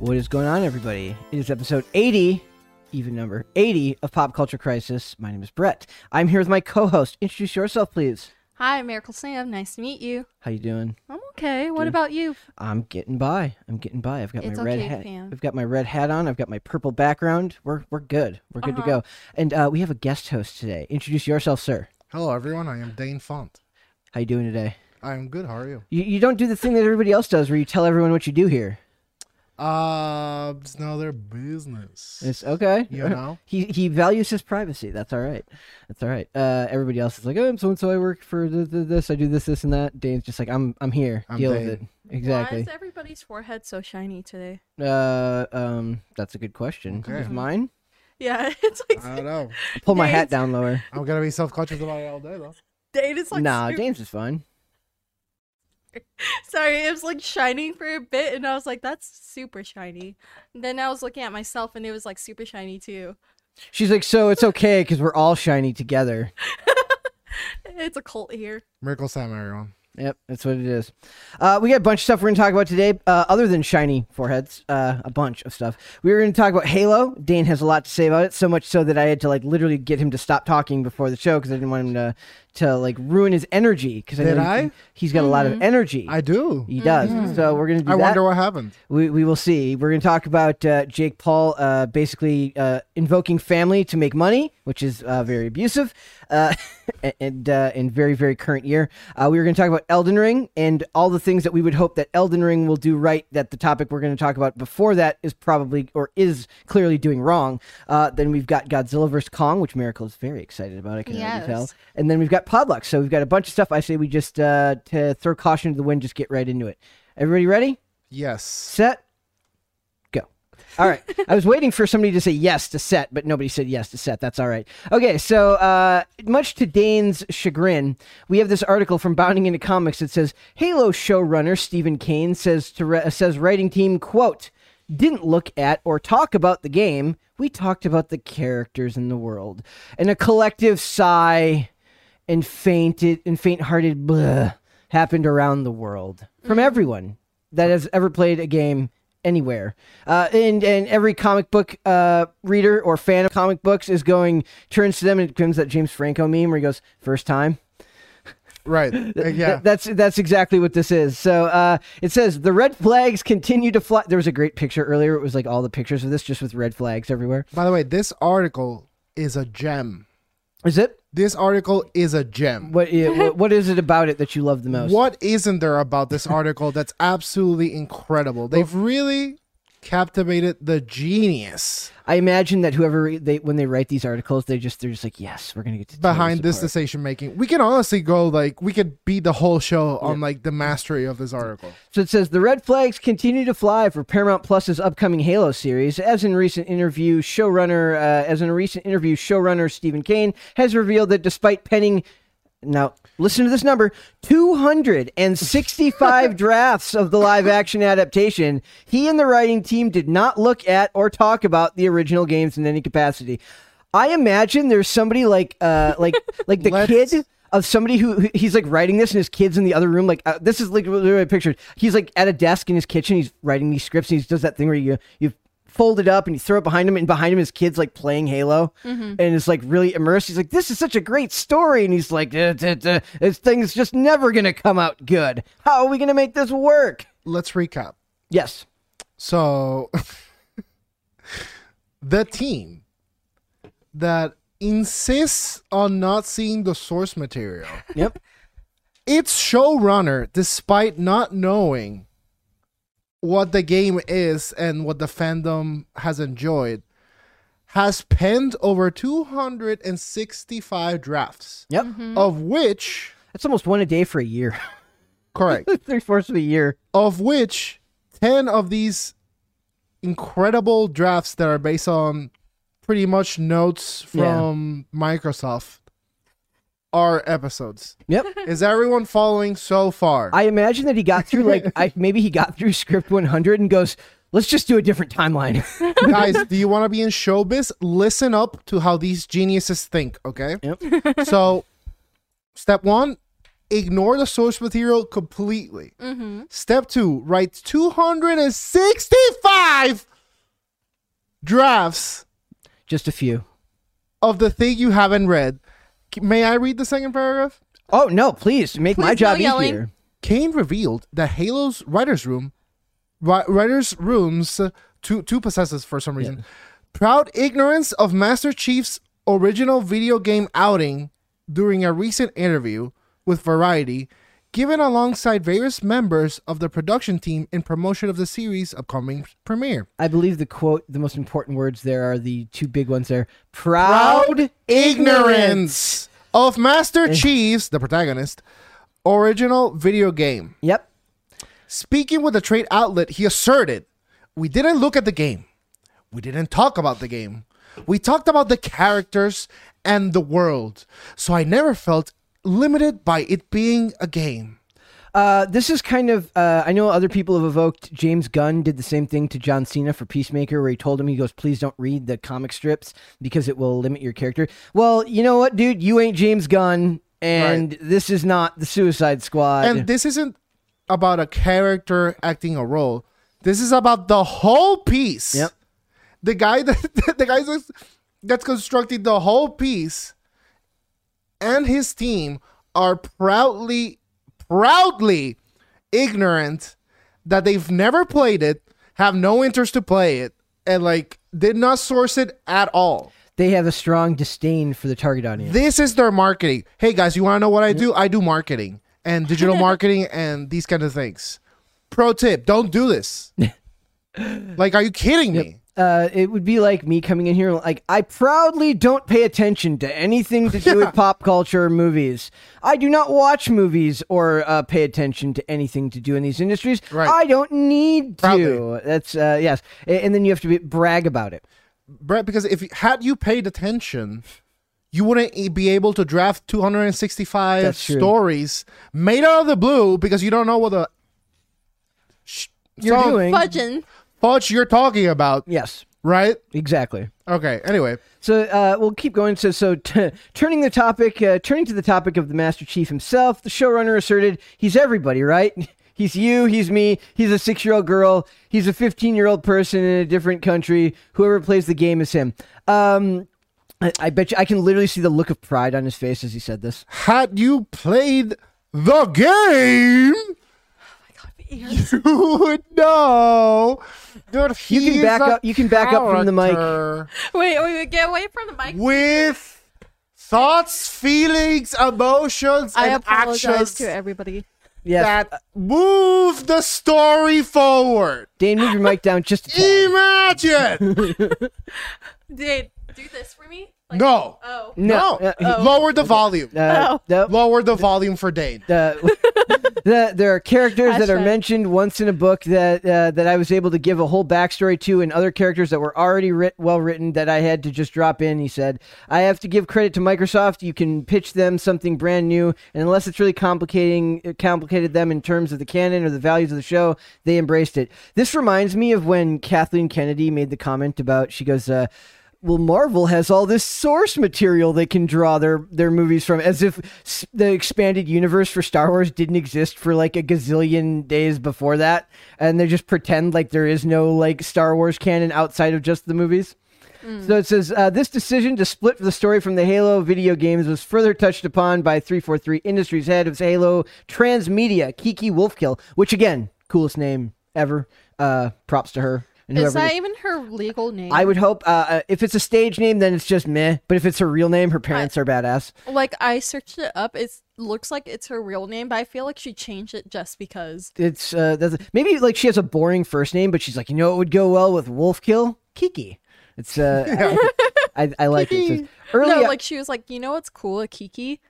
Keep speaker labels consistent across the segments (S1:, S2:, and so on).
S1: What is going on, everybody? It is episode 80, even number 80 of Pop Culture Crisis. My name is Brett. I'm here with my co-host. Introduce yourself, please.
S2: Hi, Miracle Sam. Nice to meet you.
S1: How you doing?
S2: I'm okay. What about you?
S1: I'm getting by. I'm getting by. I've got
S2: It's
S1: my red
S2: okay,
S1: hat.
S2: fam.
S1: I've got my red hat on. I've got my purple background. We're we're good. We're
S2: Uh-huh.
S1: good to go. And uh, we have a guest host today. Introduce yourself, sir.
S3: Hello, everyone. I am Dane Font.
S1: How you doing today?
S3: I'm good. How are you?
S1: You, you don't do the thing that everybody else does, where you tell everyone what you do here.
S3: Uh, it's none of their business.
S1: It's okay. Uh,
S3: You know?
S1: He he values his privacy. That's all right. That's all right. Uh, everybody else is like, oh, I'm so and so. I work for th- th- this. I do this, this, and that. Dane's just like, I'm I'm here.
S3: I'm
S1: Deal with it.
S3: Dane.
S2: Why
S1: Exactly.
S2: is everybody's forehead so shiny today?
S1: Uh, um, that's a good question.
S3: Okay.
S1: Is mine?
S2: Yeah, it's like
S3: I don't know.
S1: Uh, Pull my hat
S2: Dane's-
S1: down lower.
S3: I'm gonna be self-conscious about it all day, though.
S2: Dane is like
S1: nah,
S2: super-
S1: Dane's is fine.
S2: sorry, it was like shining for a bit and I was like, that's super shiny. And then I was looking at myself and it was like super shiny too.
S1: She's like, so it's okay because we're all shiny together.
S2: It's a cult here.
S3: Miracle Sam, everyone.
S1: Yep, that's what it is. Uh, we got a bunch of stuff we're going to talk about today, uh, other than shiny foreheads. Uh, a bunch of stuff. We were going to talk about Halo. Dane has a lot to say about it, so much so that I had to like literally get him to stop talking before the show because I didn't want him to to like ruin his energy. Because I
S3: Did
S1: know he-
S3: I?
S1: He's got a lot of energy.
S3: I do.
S1: he does. So we're going to do
S3: I
S1: that.
S3: wonder what happened.
S1: We, we will see. We're going to talk about uh, Jake Paul uh, basically uh, invoking family to make money, which is uh, very abusive uh, and uh, and very very current year. Uh, we were going to talk about Elden Ring and all the things that we would hope that Elden Ring will do right. That the topic we're going to talk about before that is probably or is clearly doing wrong. Uh, then we've got Godzilla vs Kong, which Miracle is very excited about. I can already
S2: Yes.
S1: tell. And then we've got Podluck. So we've got a bunch of stuff. I say we just uh, to throw caution to the wind, just get right into it. Everybody ready?
S3: Yes.
S1: set go all right i was waiting for somebody to say yes to set but nobody said yes to set that's all right okay so uh, much to dane's chagrin we have this article from bounding into comics that says halo showrunner stephen kane says to re- says writing team quote didn't look at or talk about the game we talked about the characters in the world and a collective sigh and fainted and faint-hearted bleh happened around the world from everyone that has ever played a game anywhere. Uh, and and every comic book uh, reader or fan of comic books is going turns to them and it becomes that James Franco meme where he goes first time.
S3: Right. Uh,
S1: Th-
S3: yeah.
S1: that's that's exactly what this is. So uh, it says the red flags continue to fly. There was a great picture earlier. It was like all the pictures of this just with red flags everywhere.
S3: By the way, this article is a gem.
S1: Is it
S3: This article is a gem.
S1: what? i- what- what is it about it that you love the most?
S3: What isn't there about this article that's absolutely incredible? They've really captivated the genius
S1: I imagine that whoever re- they when they write these articles, they just they're just like yes, we're gonna get to tear
S3: behind this
S1: apart."
S3: decision making. We can honestly go like we could beat the whole show on like the mastery of this article.
S1: So it says the red flags continue to fly for Paramount Plus's upcoming Halo series. As in recent interview, showrunner uh, as in a recent interview, showrunner Stephen Kane has revealed that despite penning now listen to this number 265 drafts of the live action adaptation he and the writing team did not look at or talk about the original games in any capacity i imagine there's somebody like uh like like the
S3: Let's-
S1: kid of somebody who who- he's like writing this and his kids in the other room like uh, this is like literally what I pictured he's like at a desk in his kitchen he's writing these scripts and he does that thing where you you folded up and you throw it behind him, and behind him his kids like playing Halo, and it's like really immersed. He's like, "This is such a great story," and he's like, "Uh, duh, duh, "This thing's just never gonna come out good. How are we gonna make this work?"
S3: Let's recap.
S1: Yes,
S3: So, the team that insists on not seeing the source material,
S1: yep,
S3: its showrunner, despite not knowing what the game is and what the fandom has enjoyed, has penned over 265 drafts,
S1: yep.
S3: of which,
S1: That's almost one a day for a year,
S3: correct,
S1: three fourths of a year.
S3: of which 10 of these incredible drafts that are based on pretty much notes from Microsoft are episodes.
S1: Yep.
S3: Is everyone following so far?
S1: I imagine that he got through like I, maybe he got through script 100 and goes, "Let's just do a different timeline."
S3: Guys, do you want to be in showbiz? Listen up to how these geniuses think, okay? Yep. so, step one, ignore the source material completely. Step two, write 265 drafts
S1: just a few.
S3: of the thing you haven't read. C- May I read the second paragraph?
S1: Oh no! Please make my
S2: Please,
S1: job
S2: no yelling.
S1: easier.
S3: Kane revealed that Halo's writers' room, ri- writers' rooms, uh, two two possesses for some reason, proud ignorance of Master Chief's original video game outing during a recent interview with Variety, given alongside various members of the production team in promotion of the series' upcoming premiere.
S1: I believe the quote, the most important words there are the two big ones there. Proud,
S3: ignorance of Master Chief's, the protagonist, original video game.
S1: Yep.
S3: Speaking with a trade outlet, he asserted, We didn't look at the game. We didn't talk about the game. We talked about the characters and the world. So I never felt limited by it being a game.
S1: Uh, this is kind of. Uh, I know other people have evoked. James Gunn did the same thing to John Cena for Peacemaker, where he told him, he goes, "Please don't read the comic strips because it will limit your character." Well, you know what, dude? You ain't James Gunn, and this is not the Suicide Squad.
S3: And this isn't about a character acting a role. This is about the whole piece.
S1: Yep.
S3: The guy that the guy that's, that's constructing the whole piece and his team are proudly proudly ignorant that they've never played it, have no interest to play it, and like did not source it at all.
S1: they have a strong disdain for the target audience.
S3: This is their marketing. Hey guys, you want to know what I do? I do marketing and digital marketing and these kind of things. Pro tip: Don't do this. like, are you kidding me?
S1: uh, it would be like me coming in here like I proudly don't pay attention to anything to do with pop culture or movies. I do not watch movies or uh, pay attention to anything to do in these industries.
S3: Right.
S1: I don't need to.
S3: Proudly.
S1: That's uh, yes, A- and then you have to be, brag about it.
S3: Brett? Because if you- had you paid attention, you wouldn't e- be able to draft 265
S1: That's true.
S3: stories made out of the blue because you don't know what the sh-
S1: You're
S3: some
S1: doing
S2: Fudging.
S3: fudge you're talking about,
S1: yes,
S3: right?
S1: exactly.
S3: Okay. Anyway,
S1: So uh, we'll keep going. So, so t- turning the topic, uh, turning to the topic of the Master Chief himself, the showrunner asserted he's everybody, right? He's you, he's me, he's a six-year-old girl, he's a fifteen-year-old person in a different country. Whoever plays the game is him. Um, I, I bet you I can literally see the look of pride on his face as he said this.
S3: had you played the game.
S2: Ears.
S3: you would know that
S1: You can
S3: he's
S1: back
S3: a
S1: up- you can back up from the mic.
S3: character
S2: wait, wait, wait, get away from the mic.
S3: with thoughts, feelings, emotions,
S2: I
S3: and
S2: apologize
S3: actions
S2: to everybody.
S1: Yes,
S3: that move the story forward.
S1: Dane, move your mic down just a tad.
S3: Imagine.
S2: Dude, do this for me. Like,
S3: no.
S2: Oh.
S3: No.
S1: uh,
S3: Lower the volume.
S1: Uh, no.
S3: Lower the volume for Dane.
S1: uh, the, there are characters that are
S2: Hashtag.
S1: mentioned once in a book that uh, that I was able to give a whole backstory to, and other characters that were already writ- well written that I had to just drop in. He said, "I have to give credit to Microsoft. You can pitch them something brand new, and unless it's really complicating it complicated them in terms of the canon or the values of the show, they embraced it." This reminds me of when Kathleen Kennedy made the comment about she goes. Uh, well, Marvel has all this source material they can draw their their movies from, as if s- the expanded universe for Star Wars didn't exist for like a gazillion days before that, and they just pretend like there is no like Star Wars canon outside of just the movies. So it says uh, this decision to split the story from the Halo video games was further touched upon by 343 Industries head of Halo Transmedia, Kiki Wolfkill, which again, coolest name ever. Uh, props to her. And
S2: Is
S1: whoever it
S2: that
S1: is.
S2: even her legal name?
S1: I would hope uh, uh, if it's a stage name, then it's just meh. But if it's her real name, her parents are badass.
S2: like I searched it up. It looks like it's her real name, but I feel like she changed it just because.
S1: It's uh, that's maybe like she has a boring first name, but she's like, you know, it would go well with Wolfkill Kiki. It's uh, I, I, I like it. It says, Early uh,
S2: no, like she was like, you know what's cool, a Kiki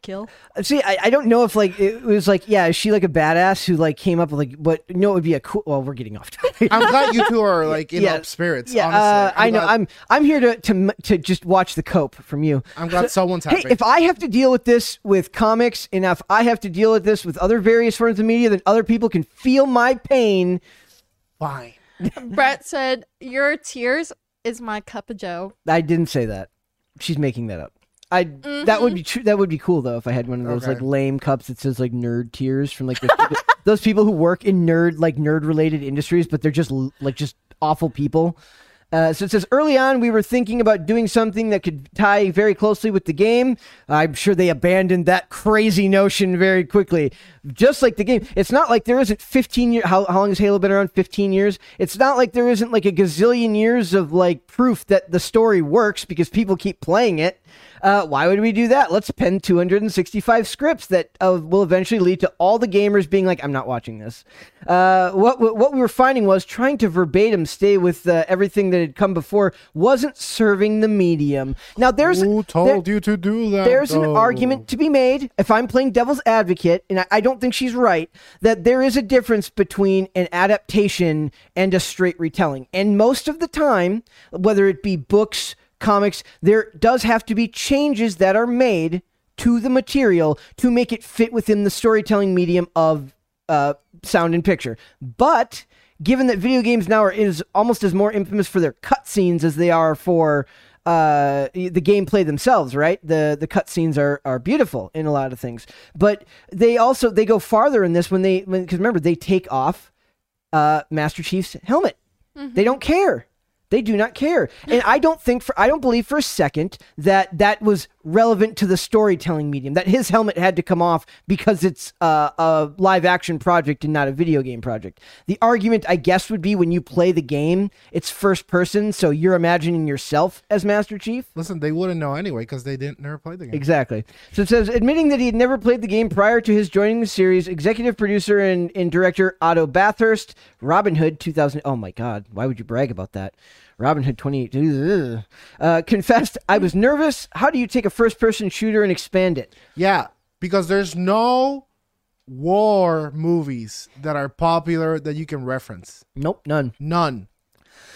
S2: kill.
S1: See, I, I don't know if like it was like yeah, is she like a badass who like came up with like what? No, it would be a cool. Well, we're getting off topic.
S3: I'm glad you two are like in
S1: Yeah.
S3: up spirits.
S1: yeah, uh,
S3: honestly,
S1: I know.
S3: glad-
S1: I'm I'm here to to m- to just watch the cope from you.
S3: I'm glad someone's happy.
S1: Hey, if I have to deal with this with comics, and if I have to deal with this with other various forms of media, then other people can feel my pain.
S3: Fine.
S2: Brett said, Your tears is my cup of joe.
S1: I didn't say that. She's making that up. I that would be true. That would be cool though if I had one of those
S3: Okay.
S1: like lame cups that says like nerd tears from like those people, those people who work in nerd like nerd related industries, but they're just l- like just awful people. Uh, so it says early on we were thinking about doing something that could tie very closely with the game. I'm sure they abandoned that crazy notion very quickly. Just like the game, it's not like there isn't 15 years. How, how long has Halo been around? 15 years. It's not like there isn't like a gazillion years of like proof that the story works because people keep playing it. Uh, why would we do that? Let's pen 265 scripts that uh, will eventually lead to all the gamers being like, "I'm not watching this." Uh, what what what we were finding was trying to verbatim stay with uh, everything that had come before wasn't serving the medium. Now there's
S3: Who
S1: there-
S3: told you to do that?
S1: there's an
S3: though?
S1: argument to be made if I'm playing devil's advocate, and I, I don't think she's right, that there is a difference between an adaptation and a straight retelling. And most of the time, whether it be books, comics, there does have to be changes that are made to the material to make it fit within the storytelling medium of uh, sound and picture. But given that video games now are is almost as more infamous for their cutscenes as they are for uh, the gameplay themselves, right? The the cutscenes are are beautiful in a lot of things, but they also they go farther in this when they when because remember they take off uh, Master Chief's helmet. They don't care. They do not care. And I don't think for I don't believe for a second that that was relevant to the storytelling medium. That his helmet had to come off because it's uh, a live action project and not a video game project. The argument I guess would be when you play the game, it's first person, so you're imagining yourself as Master Chief.
S3: Listen, they wouldn't know anyway because they didn't never play the game.
S1: Exactly. So it says, admitting that he had never played the game prior to his joining the series, executive producer and, and director Otto Bathurst, Robin Hood 2000. Oh my God, why would you brag about that? Robin Hood 28 uh, confessed, I was nervous. How do you take a first person shooter and expand it?
S3: Yeah, because there's no war movies that are popular that you can reference.
S1: Nope, none.
S3: None.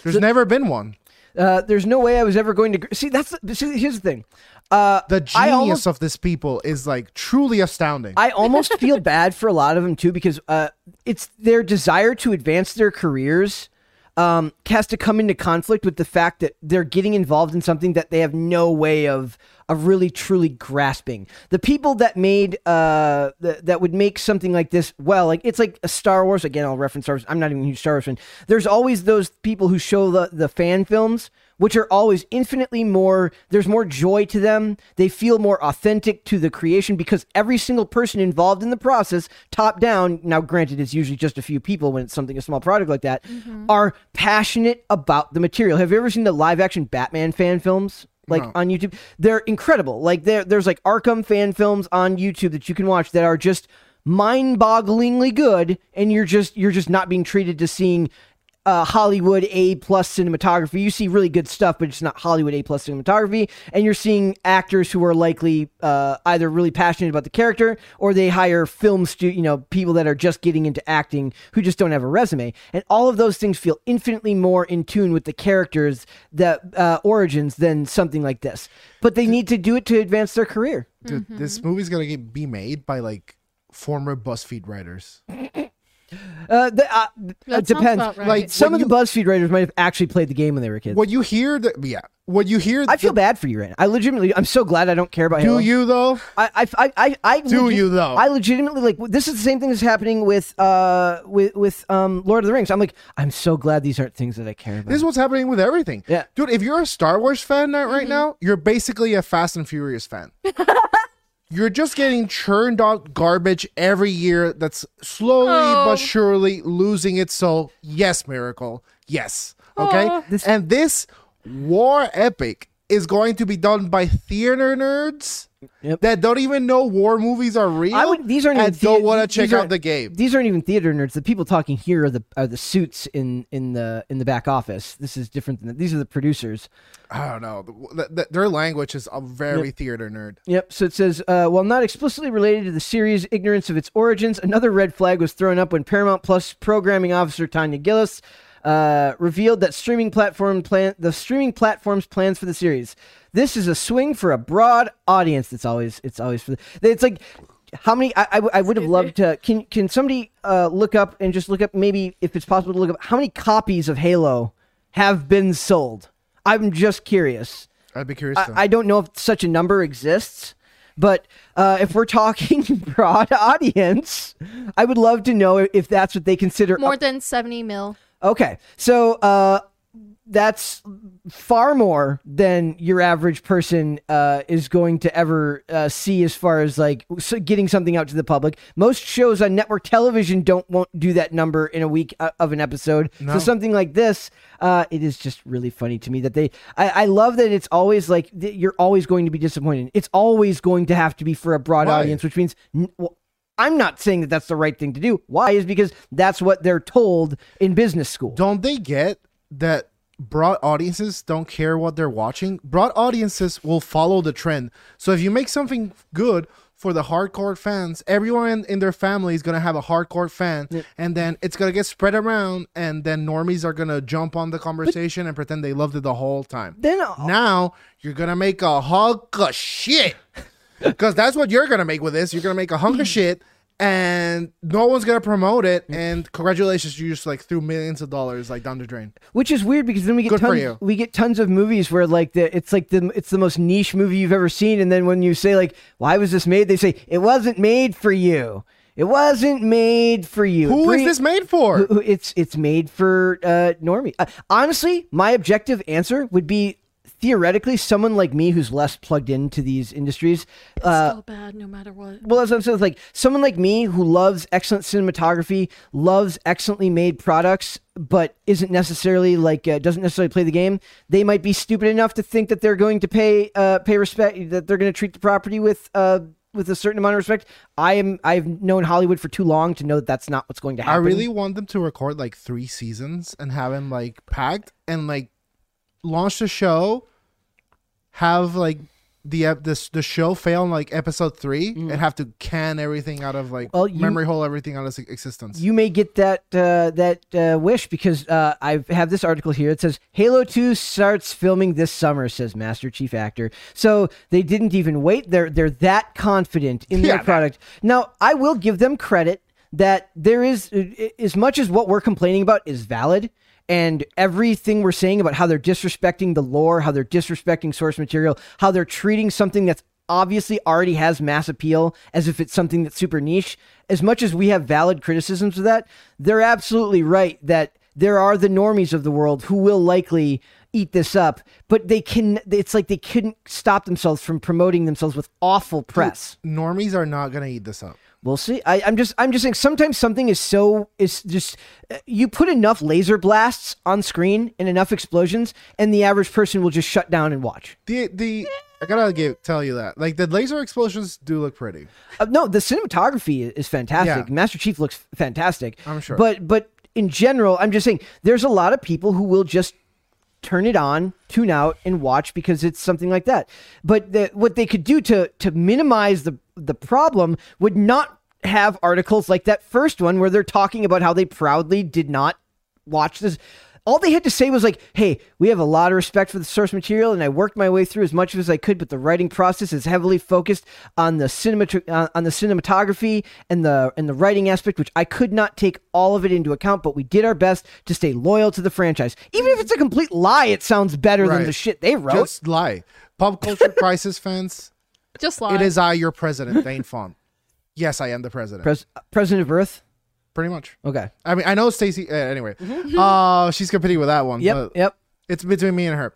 S3: There's never been one.
S1: Uh, there's no way I was ever going to. gr- See, that's the, see, here's the thing. Uh,
S3: The
S1: I
S3: genius
S1: almost-
S3: of this people is like truly astounding.
S1: I almost feel bad for a lot of them too because uh, it's their desire to advance their careers um, has to come into conflict with the fact that they're getting involved in something that they have no way of of really truly grasping. The people that made uh, th- that would make something like this well, like it's like a Star Wars again. I'll reference Star Wars. I'm not even a huge Star Wars fan. There's always those people who show the the fan films which are always infinitely more there's more joy to them they feel more authentic to the creation because every single person involved in the process top down now granted it's usually just a few people when it's something a small product like that are passionate about the material have you ever seen the live action batman fan films like on youtube they're incredible like there there's like arkham fan films on youtube that you can watch that are just mind-bogglingly good and you're just you're just not being treated to seeing uh, Hollywood A plus cinematography. You see really good stuff, but it's not Hollywood A plus cinematography. And you're seeing actors who are likely uh, either really passionate about the character, or they hire film stu- you know people that are just getting into acting who just don't have a resume. And all of those things feel infinitely more in tune with the characters that uh, origins than something like this. But they need to do it to advance their career.
S3: Dude, This movie's gonna get, be made by like former BuzzFeed writers.
S1: Uh, the, uh, it
S2: sounds
S1: depends.
S2: about right.
S3: Like,
S1: some of
S3: when
S1: the BuzzFeed writers might have actually played the game when they were kids.
S3: What you hear, the, yeah. What you hear,
S1: I feel
S3: the-
S1: bad for you right now. I legitimately, I'm so glad I don't care about
S3: Do
S1: Halo.
S3: you though?
S1: I, I, I, I, I
S3: Do you, though?
S1: I legitimately like this is the same thing that's happening with uh with with um Lord of the Rings. I'm like, I'm so glad these aren't things that I care about.
S3: This is what's happening with everything.
S1: Yeah.
S3: Dude, if you're a Star Wars fan right right now, you're basically a Fast and Furious fan. you're just getting churned out garbage every year that's slowly
S2: Oh.
S3: but surely losing its soul. Yes, Miracle. Yes. Okay? and this war epic is going to be done by theater nerds
S1: Yep.
S3: that don't even know war movies are real
S1: I would. These aren't.
S3: and
S1: even thea-
S3: don't want to
S1: these
S3: check out
S1: aren't-
S3: the game.
S1: These aren't even theater nerds. The people talking here are the are the suits in in the in the back office. This is different than these are the producers.
S3: I don't know. The- the- their language is a very theater nerd.
S1: Yep. So it says, uh, while not explicitly related to the series' ignorance of its origins, another red flag was thrown up when Paramount Plus programming officer Tanya Gillis uh, revealed that streaming platform plan the streaming platform's plans for the series. This is a swing for a broad audience. That's always it's always for the, it's like how many I, I, w- I would have loved to can can somebody uh, look up and just look up maybe if it's possible to look up how many copies of Halo have been sold. I'm just curious.
S3: I'd be curious. to know.
S1: I, I don't know if such a number exists, but uh, if we're talking broad audience, I would love to know if that's what they consider.
S2: More than 70 mil.
S1: Okay, so uh, that's far more than your average person uh, is going to ever uh, see as far as like so getting something out to the public. Most shows on network television don't won't do that number in a week uh, of an episode. So something like this, uh, it is just really funny to me that they. I, I love that it's always like th- you're always going to be disappointed. It's always going to have to be for a broad
S3: Why?
S1: audience, which means. N- well, I'm not saying that that's the right thing to do. Why is because that's what they're told in business school.
S3: don't they get that broad audiences don't care what they're watching broad audiences will follow the trend so if you make something good for the hardcore fans everyone in, in their family is going to have a hardcore fan and then it's going to get spread around and then normies are going to jump on the conversation and pretend they loved it the whole time
S1: Then
S3: now you're going to make a hunk of shit because that's what you're gonna make with this. You're gonna make a hunk of shit, and no one's gonna promote it.
S1: Mm.
S3: And congratulations, you just like threw millions of dollars like down the drain.
S1: Which is weird because then we get
S3: Good for
S1: tons,
S3: you.
S1: we get tons of movies where like the it's like the it's the most niche movie you've ever seen, and then when you say like why was this made, they say it wasn't made for you. It wasn't made for you.
S3: Who is
S1: Bring-
S3: this made for?
S1: Who- who- It's it's made for uh, normie. Uh, honestly, my objective answer would be theoretically someone like me who's less plugged into these industries. Uh,
S2: Still bad no matter what.
S1: well, that's what I'm saying. It's like someone like me who loves excellent cinematography, loves excellently made products, but isn't necessarily like uh, doesn't necessarily play the game. They might be stupid enough to think that they're going to pay uh, pay respect that they're going to treat the property with. Uh, with a certain amount of respect, I am. I've known Hollywood for too long to know that that's not what's going to
S3: I
S1: happen.
S3: really want them to record like three seasons and have them like packed and like launch the show, have like the ep- this the show fail in like episode three and have to can everything out of like
S1: Mm. Well, you-
S3: memory hole everything out of s- existence.
S1: you may get that uh, that uh, wish because uh, I have this article here. It says Halo Two starts filming this summer, says Master Chief Actor. So they didn't even wait. They're they're that confident in
S3: Yeah,
S1: their
S3: that-
S1: product. Now I will give them credit that there is uh, as much as what we're complaining about is valid. And everything we're saying about how they're disrespecting the lore, how they're disrespecting source material, how they're treating something that's obviously already has mass appeal as if it's something that's super niche. As much as we have valid criticisms of that, they're absolutely right that there are the normies of the world who will likely eat this up, but they can it's like they couldn't stop themselves from promoting themselves with awful press.
S3: Normies are not gonna eat this up.
S1: We'll see. I, I'm just I'm just saying sometimes something is so is just uh, you put enough laser blasts on screen and enough explosions and the average person will just shut down and watch.
S3: The the I gotta give, tell you that like the laser explosions do look pretty.
S1: Uh, no, the cinematography i- is fantastic.
S3: Yeah.
S1: Master Chief looks f- fantastic.
S3: I'm sure.
S1: But but in general, I'm just saying there's a lot of people who will just turn it on, tune out, and watch because it's something like that. But the, what they could do to to minimize the the problem would not have articles like that first one where they're talking about how they proudly did not watch this. all they had to say was like, "Hey, we have a lot of respect for the source material, and I worked my way through as much as I could, but the writing process is heavily focused on the cinemat- uh, on the cinematography and the and the writing aspect, which I could not take all of it into account. But we did our best to stay loyal to the franchise, even if it's a complete lie. It sounds better than
S3: Right.
S1: the shit they wrote.
S3: Just lie. Pop culture crisis fans.
S2: Just lie.
S3: It is I, your president, Dane Font. Yes, I am the president.
S1: Pres- President of Earth.
S3: Pretty much.
S1: Okay.
S3: I mean, I know Stacy. Uh, anyway, uh, she's competing with that one.
S1: Mm-hmm. Yep.
S3: but
S1: yep.
S3: It's between me and her.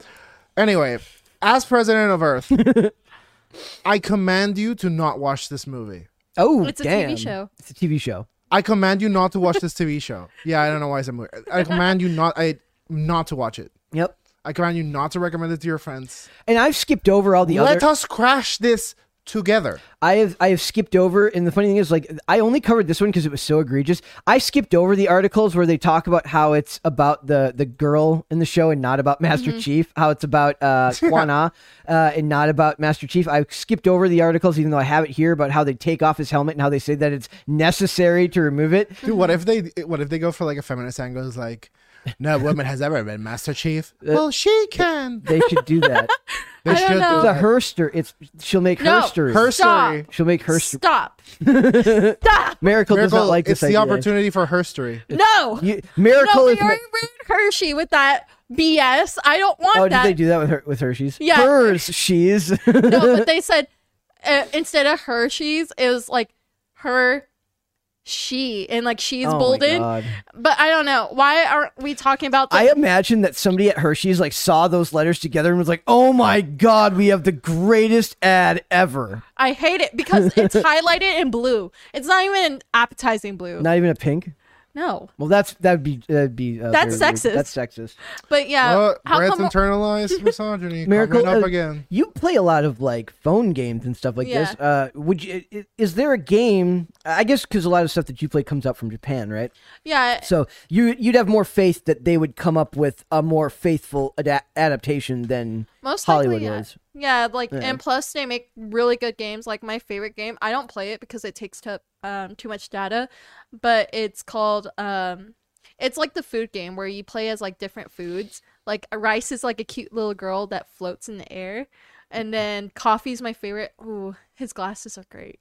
S3: Anyway, as president of Earth, I command you to not watch this movie.
S1: Oh,
S2: It's a
S1: damn.
S2: TV show.
S1: It's a TV show.
S3: I command you not to watch this TV show. Yeah, I don't know why it's a movie. I command you not. I not to watch it.
S1: Yep.
S3: I command you not to recommend it to your friends.
S1: And I've skipped over all the other.
S3: Let us crash this together.
S1: I have I have skipped over, and the funny thing is, like, I only covered this one because it was so egregious. I skipped over the articles where they talk about how it's about the the girl in the show and not about Master
S2: Mm-hmm.
S1: Chief. How it's about uh, Quan Ah uh, and not about Master Chief. I skipped over the articles, even though I have it here, about how they take off his helmet and how they say that it's necessary to remove it.
S3: Dude, what if they what if they go for like a feminist angle? Is like, no woman has ever been Master Chief. well, she can.
S1: They should do that.
S3: They
S2: I don't
S3: should
S2: know.
S3: do
S1: the
S3: that.
S1: her story. It's she'll make
S2: No.
S1: her story.
S3: Her
S2: Stop.
S3: story.
S1: she'll make her story.
S2: Stop. Stop.
S1: Miracle, does not
S3: Miracle,
S1: like
S3: it's
S1: this
S3: the
S1: idea.
S3: opportunity for her story.
S2: No.
S1: You- Miracle
S2: no,
S1: is.
S2: we already ruined Hershey with that BS. I don't want
S1: Oh,
S2: that.
S1: did they do that with her with Hershey's?
S2: Yeah.
S1: hers, she's.
S2: no, but they said uh, instead of Hershey's, it was like her, she, and like she's
S1: Oh my
S2: bolded.
S1: God.
S2: But I don't know why aren't we talking about the
S1: I imagine that somebody at Hershey's like saw those letters together and was like, "Oh my god, we have the greatest ad ever!"
S2: I hate it because it's highlighted in blue. It's not even an appetizing blue.
S1: Not even a pink.
S2: No.
S1: Well, that's that'd be that'd be uh,
S2: That's
S1: very weird.
S2: sexist.
S1: That's sexist.
S2: But yeah,
S3: Uh,
S2: how
S3: Brett's
S2: come
S3: internalized misogyny.
S1: Miracle
S3: coming up
S1: uh,
S3: again.
S1: You play a lot of like phone games and stuff like this.
S2: Yeah.
S1: Uh, would you? i- Is there a game? I guess because a lot of stuff that you play comes out from Japan, right?
S2: yeah,
S1: So you you'd have more faith that they would come up with a more faithful ada- adaptation than
S2: most
S1: Hollywood
S2: likely yeah.
S1: was.
S2: Yeah, like and plus they make really good games. Like my favorite game, I don't play it because it takes up um, too much data, but it's called um, it's like the food game where you play as like different foods. Like a rice is like a cute little girl that floats in the air,
S1: Mm-hmm.
S2: and then coffee's my favorite. Ooh, his glasses are great.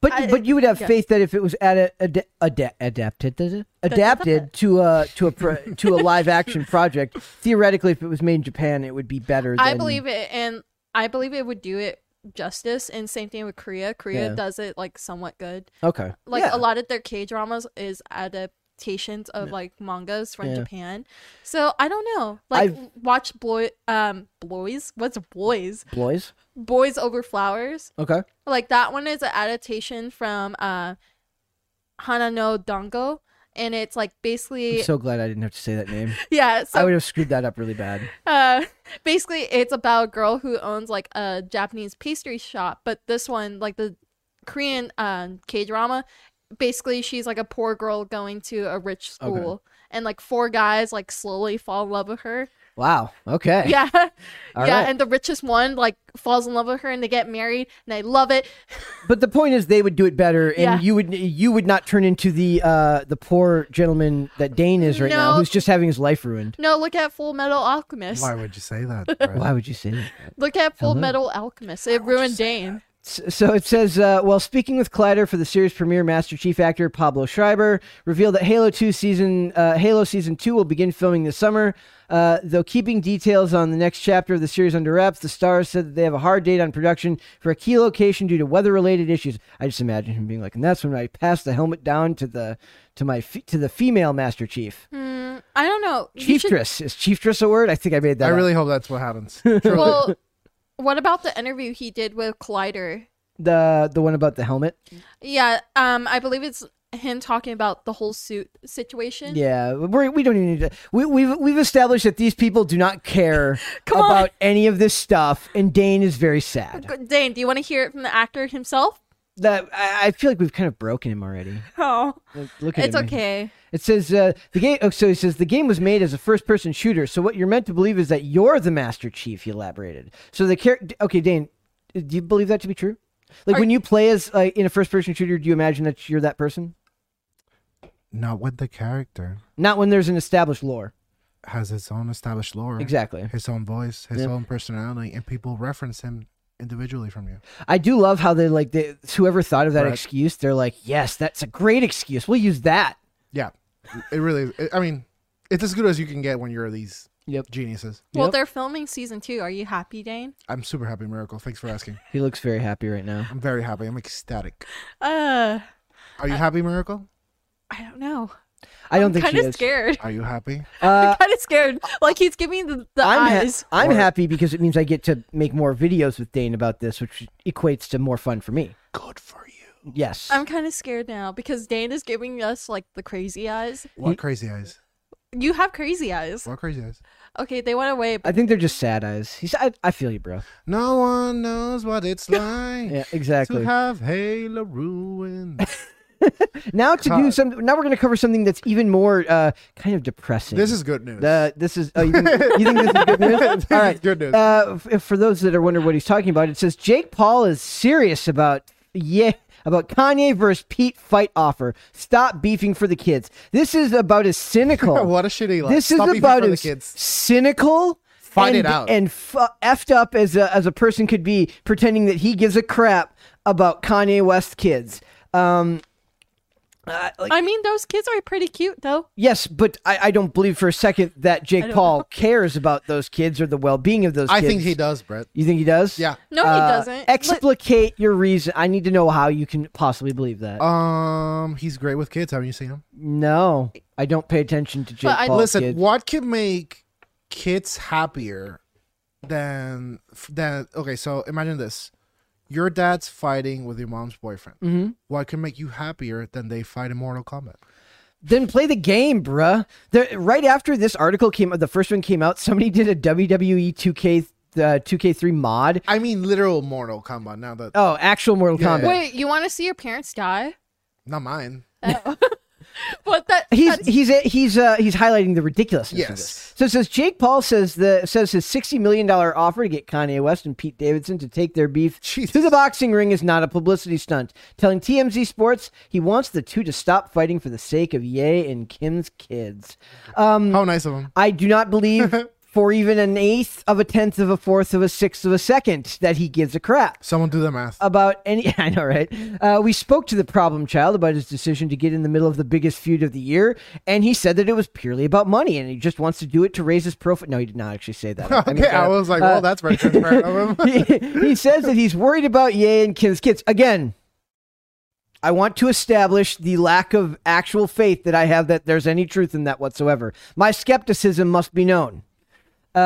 S1: But
S2: I-
S1: but you would have
S2: yeah.
S1: faith that if it was ad- ad- ad- adapted does it? adapted to a to a pro- to a live action project, theoretically, if it was made in Japan, it would be better. Than,
S2: I believe it, and I believe it would do it justice. And same thing with Korea. Korea
S1: Yeah.
S2: does it like somewhat good.
S1: Okay,
S2: like
S1: Yeah.
S2: a lot of their K dramas is adaptations of like mangas from
S1: Yeah.
S2: Japan. So I don't know. Like
S1: I've-
S2: watch boy um boys. What's boys?
S1: Blois.
S2: Boys over flowers.
S1: Okay,
S2: Like that one is an adaptation from uh Hana no Dango and it's like basically
S1: I'm so glad I didn't have to say that name.
S2: yeah,
S1: I
S2: so
S1: would have screwed that up really bad.
S2: uh basically it's about a girl who owns like a Japanese pastry shop, but this one like the Korean um K drama, basically she's like a poor girl going to a rich
S1: Okay.
S2: school and like four guys like slowly fall in love with her.
S1: Wow. Okay.
S2: Yeah.
S1: All
S2: yeah,
S1: right.
S2: and the richest one like falls in love with her and they get married and I love it.
S1: But the point is, they would do it better, and
S2: Yeah.
S1: you would you would not turn into the uh, the poor gentleman that Dane is right now,
S2: No.
S1: who's just having his life ruined.
S2: No, look at Full Metal Alchemist.
S3: Why would you say that? Brett?
S1: Why would you say that?
S2: Look at
S1: Uh-huh.
S2: Full Metal Alchemist. It ruined Dane.
S1: S- So it says, uh, while speaking with Collider for the series premiere, Master Chief actor Pablo Schreiber revealed that Halo Two season uh, Halo season two will begin filming this summer. Uh, though keeping details on the next chapter of the series under wraps, the stars said that they have a hard date on production for a key location due to weather-related issues. I just imagine him being like, and that's when I passed the helmet down to the to my fe- to the female Master Chief.
S2: I don't know. Hmm. You should-
S1: Chieftress is Chieftress a word? I think I made that.
S3: I
S1: up.
S3: really hope that's what happens. Truly.
S2: Well, what about the interview he did with Collider?
S1: the the one about the helmet.
S2: Yeah, um, I believe it's him talking about the whole suit situation.
S1: Yeah, we're, we don't even need to. We, we've we've established that these people do not care
S2: Come on. Oh,
S1: about any of this stuff, and Dane is very sad.
S2: G- Dane, do you want to hear it from the actor himself?
S1: That I, I feel like we've kind of broken him already.
S2: Oh,
S1: Look at
S2: it's
S1: him.
S2: okay.
S1: It says uh, the game. Oh, so he says the game was made as a first-person shooter. So what you're meant to believe is that you're the Master Chief. He elaborated. So the character. Okay, Dane, uh, do you believe that to be true? Like
S2: Are-
S1: when you play as uh, in a first-person shooter, do you imagine that you're that person?
S3: Not with the character.
S1: Not when there's an established lore.
S3: has his own established lore,
S1: Exactly.
S3: his own voice, his
S1: Yeah.
S3: own personality, and people reference him individually from you.
S1: I do love how they like they, whoever thought of that
S3: Right.
S1: excuse. They're like, yes, that's a great excuse. We'll use that.
S3: Yeah, it really. It, I mean, it's as good as you can get when you're these
S1: Yep.
S3: geniuses.
S2: Well,
S1: Yep.
S2: they're filming season two. Are you happy, Dane?
S3: I'm super happy, Miracle. Thanks for asking.
S1: He looks very happy right now.
S3: I'm very happy. I'm ecstatic.
S2: Uh,
S3: Are you happy, Miracle?
S2: I don't know.
S1: I don't think
S2: Kind
S1: he
S2: of
S1: is.
S2: scared.
S3: Are you happy?
S1: Uh,
S2: kind of scared. Like he's giving the, the
S1: I'm ha-
S2: eyes.
S1: I'm
S3: Or-
S1: happy because it means I get to make more videos with Dane about this, which equates to more fun for me.
S3: Good for you.
S1: Yes.
S2: I'm kind of scared now because Dane is giving us like the crazy eyes.
S3: What crazy eyes?
S2: You have crazy eyes.
S3: What crazy eyes?
S2: Okay, they went away. But
S1: I think they're just sad eyes. He's. I, I feel you, bro.
S3: No one knows what it's like
S1: Yeah, exactly.
S3: to have Halo ruined.
S1: now to do
S3: God.
S1: some. Now we're going to cover something that's even more uh, kind of depressing.
S3: this is good news.
S1: The, this is. Oh, you, think, you think this is good news?
S3: This
S1: All
S3: is
S1: right.
S3: good news.
S1: Uh, f- for those that are wondering what he's talking about, it says Jake Paul is serious about yeah about Kanye versus Pete fight offer. Stop beefing for the kids. This is about as cynical.
S3: what a shitty life.
S1: this is
S3: Stop beefing
S1: about
S3: for the
S1: as
S3: kids.
S1: cynical.
S3: Fight
S1: and,
S3: it out.
S1: and f- effed up as a, as a person could be, pretending that he gives a crap about Kanye West kids. Um, uh, like-
S2: I mean, those kids are pretty cute though.
S1: Yes, but I, I don't believe for a second that Jake
S2: don't
S1: Paul cares about those kids or the well being of those
S3: I
S1: kids.
S3: think he does, Brett.
S1: You think he does?
S3: Yeah.
S2: No, he
S1: Uh,
S2: doesn't. But
S1: Explicate your reason. I need to know how you can possibly believe that.
S3: Um, he's great with kids. Haven't you seen him?
S1: no, I don't pay attention to Jake
S2: I-
S1: Paul.
S3: Listen,
S1: kids.
S3: what can make kids happier than than okay? So imagine this: your dad's fighting with your mom's boyfriend.
S1: Mm-hmm.
S3: What can make you happier than they fight in Mortal Kombat?
S1: Then play the game, bruh. The, right after this article came, the first one came out. Somebody did a WWE 2K, uh, 2K3 mod.
S3: I mean, literal Mortal Kombat. Now that
S1: Oh, actual Mortal
S3: Yeah.
S1: Kombat.
S2: wait, you want to see your parents die?
S3: not mine.
S2: What that?
S1: He's
S2: that's-
S1: he's he's uh, he's highlighting the ridiculousness. Of
S3: Yes.
S1: this. So it says Jake Paul says the says his sixty million dollar offer to get Kanye West and Pete Davidson to take their beef
S3: Jesus.
S1: to the boxing ring is not a publicity stunt. Telling TMZ Sports he wants the two to stop fighting for the sake of Ye and Kim's kids. Mm.
S3: How nice of him.
S1: I do not believe for even an eighth of a tenth of a fourth of a sixth of a second that he gives a crap
S3: Someone do the math.
S1: about any. I know, right? Uh, we spoke to the problem child about his decision to get in the middle of the biggest feud of the year, and he said that it was purely about money, and he just wants to do it to raise his profile. No, he did not actually say that. I- uh, I
S3: okay,
S1: made that
S3: I
S1: up.
S3: was like, well, that's very transparent of him.
S1: he, he says that he's worried about Ye and Kim's kids again. I want to establish the lack of actual faith that I have that there's any truth in that whatsoever. My skepticism must be known.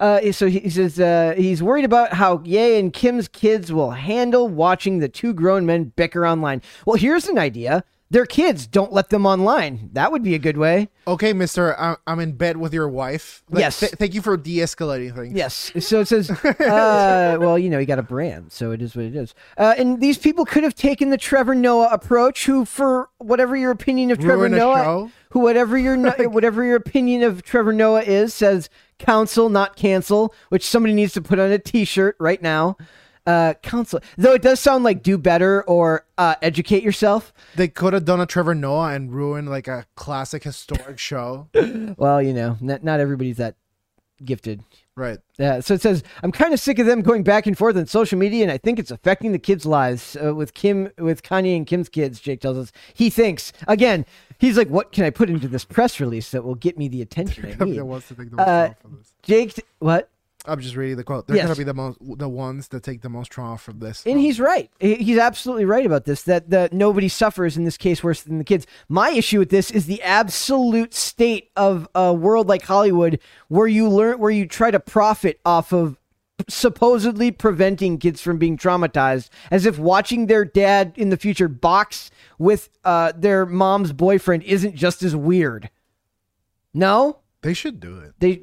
S1: Uh, so he says uh, he's worried about how Ye and Kim's kids will handle watching the two grown men bicker online. Well, here's an idea: their kids don't let them online. That would be a good way.
S3: Okay, Mister, I'm, I'm in bed with your wife. Like,
S1: Yes.
S3: th- thank you for de-escalating things.
S1: Yes. So it says, uh, well, you know, he got a brand, so it is what it is. Uh, and these people could have taken the Trevor Noah approach, who, for whatever your opinion of Trevor
S3: Ruin a
S1: Noah,
S3: show?
S1: who whatever your no- whatever your opinion of Trevor Noah is, says counsel, not cancel, which somebody needs to put on a T-shirt right now. Uh, counsel, though it does sound like do better or uh, educate yourself.
S3: They could have done a Trevor Noah and ruined like a classic historic show.
S1: Well, you know, not, not everybody's that gifted.
S3: Right.
S1: Yeah, Uh, so it says I'm kind of sick of them going back and forth on social media, and I think it's affecting the kids' lives uh, with Kim, with Kanye and Kim's kids. Jake tells us he thinks again. He's like, "What can I put into this press release that will get me the attention I
S3: Everyone
S1: need?"
S3: wants to take the
S1: Uh,
S3: most trauma from this.
S1: Jake, t- what?
S3: I'm just reading the quote. They're
S1: yes.
S3: gonna be the most the ones that take the most trauma from this.
S1: And he's right. He- He's absolutely right about this. That the nobody suffers in this case worse than the kids. My issue with this is the absolute state of a world like Hollywood, where you learn, where you try to profit off of supposedly preventing kids from being traumatized, as if watching their dad in the future box with uh, their mom's boyfriend isn't just as weird. No,
S3: they should do it.
S1: they.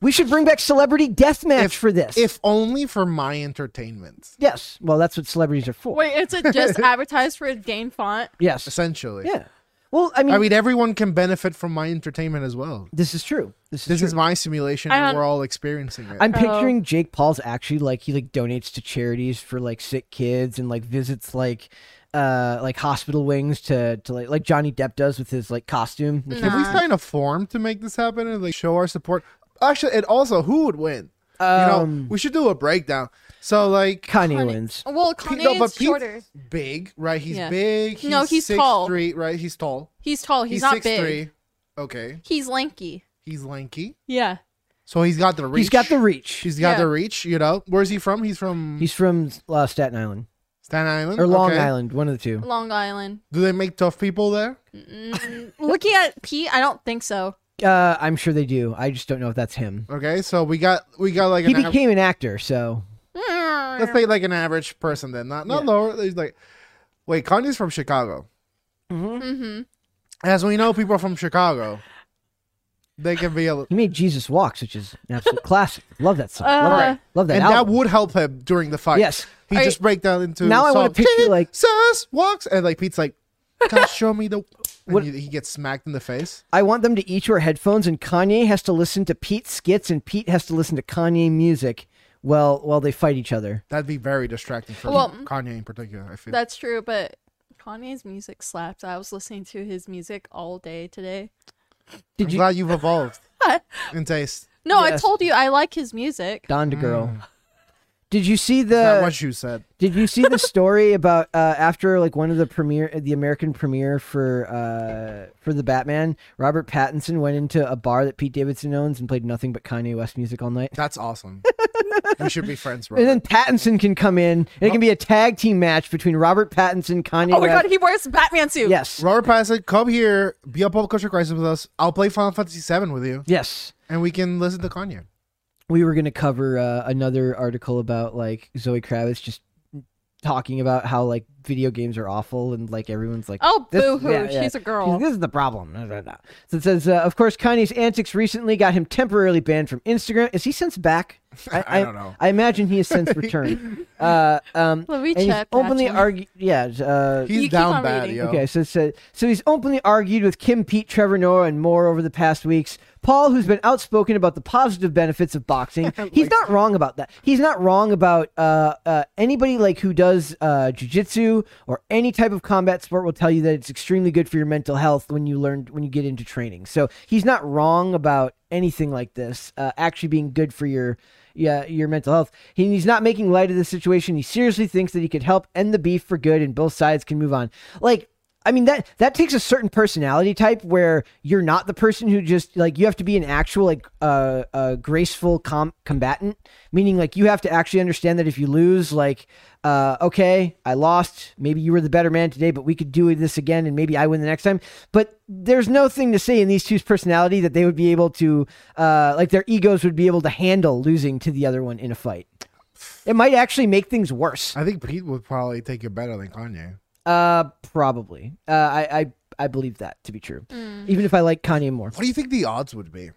S1: We should bring back celebrity deathmatch for this.
S3: If only for my entertainment.
S1: yes, well, that's what celebrities are for.
S2: wait, it's a just advertised for a Dane font.
S1: yes,
S3: Essentially.
S1: Yeah. Well, I mean,
S3: I mean, everyone can benefit from my entertainment as well.
S1: this is true. This is
S3: This
S1: true.
S3: is my simulation,
S2: I
S3: and
S2: don't-
S3: we're all experiencing it.
S1: I'm picturing Jake Paul's actually like he like donates to charities for like sick kids and like visits like uh like hospital wings to to like like Johnny Depp does with his like costume. which-
S3: Can we sign a form to make this happen and like show our support? Actually, and also, who would win? you know,
S1: Um,
S3: we should do a breakdown. So like,
S1: Kanye wins.
S2: Well,
S3: Pete-
S2: Kanye's
S3: no, but Pete's
S2: shorter.
S3: big, right? He's
S2: Yeah.
S3: big. He's
S2: No, he's
S3: six,
S2: tall.
S3: Three, right? He's tall.
S2: He's tall. He's, not
S3: six,
S2: big.
S3: Three. Okay,
S2: He's lanky.
S3: he's lanky,
S2: Yeah.
S3: so he's got the reach.
S1: He's got the reach.
S3: He's got
S2: Yeah.
S3: the reach. You know, where's he from? He's from
S1: He's from uh, Staten Island
S3: Staten Island
S1: or Long
S3: Okay.
S1: Island, one of the two.
S2: Long Island.
S3: Do they make tough people there?
S2: Looking at Pete, I don't think so.
S1: Uh, I'm sure they do. I just don't know if that's him.
S3: Okay, so we got we got like
S1: He
S3: an aver-
S1: became an actor, so
S3: let's say like an average person then, not not lower. He's like, wait, Kanye's from Chicago.
S2: Mm-hmm.
S3: As we know, people from Chicago, they can be a
S1: he made Jesus Walks, which is an absolute classic. Love that song. Love,
S2: Uh,
S1: that- love that
S3: and that
S1: album.
S3: would help him during the fight.
S1: Yes.
S3: he
S2: Are
S3: just break down into
S1: Now I wanna
S3: songs.
S1: picture, like-
S3: Jesus walks and like Pete's like, God, show me the. And
S1: What-
S3: he, he gets smacked in the face.
S1: I want them to each wear headphones, and Kanye has to listen to Pete's skits, and Pete has to listen to Kanye music while while they fight each other.
S3: That'd be very distracting for
S2: Well,
S3: Kanye in particular. I feel
S2: That's true, but Kanye's music slaps. I was listening to his music all day today.
S3: I'm glad you've evolved in taste.
S2: No, I
S1: Yes.
S2: told you I like his music.
S1: Don girl. Did you see
S3: Not
S1: the
S3: what you said.
S1: Did you see the story about uh, after like one of the premiere the American premiere for uh, for the Batman? Robert Pattinson went into a bar that Pete Davidson owns and played nothing but Kanye West music all night.
S3: That's awesome. we should be friends, bro.
S1: And then Pattinson can come in, and it can be a tag team match between Robert Pattinson, Kanye
S2: Oh my
S1: West.
S2: god, he wears a Batman suit.
S1: yes,
S3: Robert Pattinson, come here, be a pop culture crisis with us. I'll play Final Fantasy VII with you,
S1: yes.
S3: and we can listen to Kanye.
S1: we were going to cover uh, another article about like Zoe Kravitz just talking about how like video games are awful and like everyone's like
S2: Oh,
S1: this-
S2: boo hoo.
S1: yeah, yeah.
S2: She's a girl.
S1: this is the problem Blah, blah, blah. so it says uh, of course Kanye's antics recently got him temporarily banned from Instagram is he since back
S3: I don't know.
S1: I imagine he has since returned uh, um,
S2: Let me
S1: and he's
S2: check,
S1: openly
S2: Patrick.
S1: argue yeah uh,
S3: He's
S2: You keep
S3: down
S2: on
S3: bad,
S2: reading.
S3: yo.
S1: Okay, so, so so he's openly argued with Kim, Pete, Trevor Noah, and more over the past weeks. Paul, who's been outspoken about the positive benefits of boxing, he's not wrong about that. He's not wrong about uh, uh, anybody like who does uh, jujitsu or any type of combat sport will tell you that it's extremely good for your mental health when you learn when you get into training. So he's not wrong about anything like this uh, actually being good for your yeah, your mental health. He, he's not making light of the situation. He seriously thinks that he could help end the beef for good and both sides can move on. Like, I mean that that takes a certain personality type where you're not the person who just like you have to be an actual like uh, uh graceful com- combatant, meaning like you have to actually understand that if you lose, like uh okay, I lost. Maybe you were the better man today, but we could do this again, and maybe I win the next time. But there's no thing to say in these two's personality that they would be able to uh like their egos would be able to handle losing to the other one in a fight. It might actually make things worse.
S3: I think Pete would probably take it better than Kanye.
S1: Uh, probably. Uh, I, I I believe that to be true. Even if I like Kanye more,
S3: What do you think the odds would be?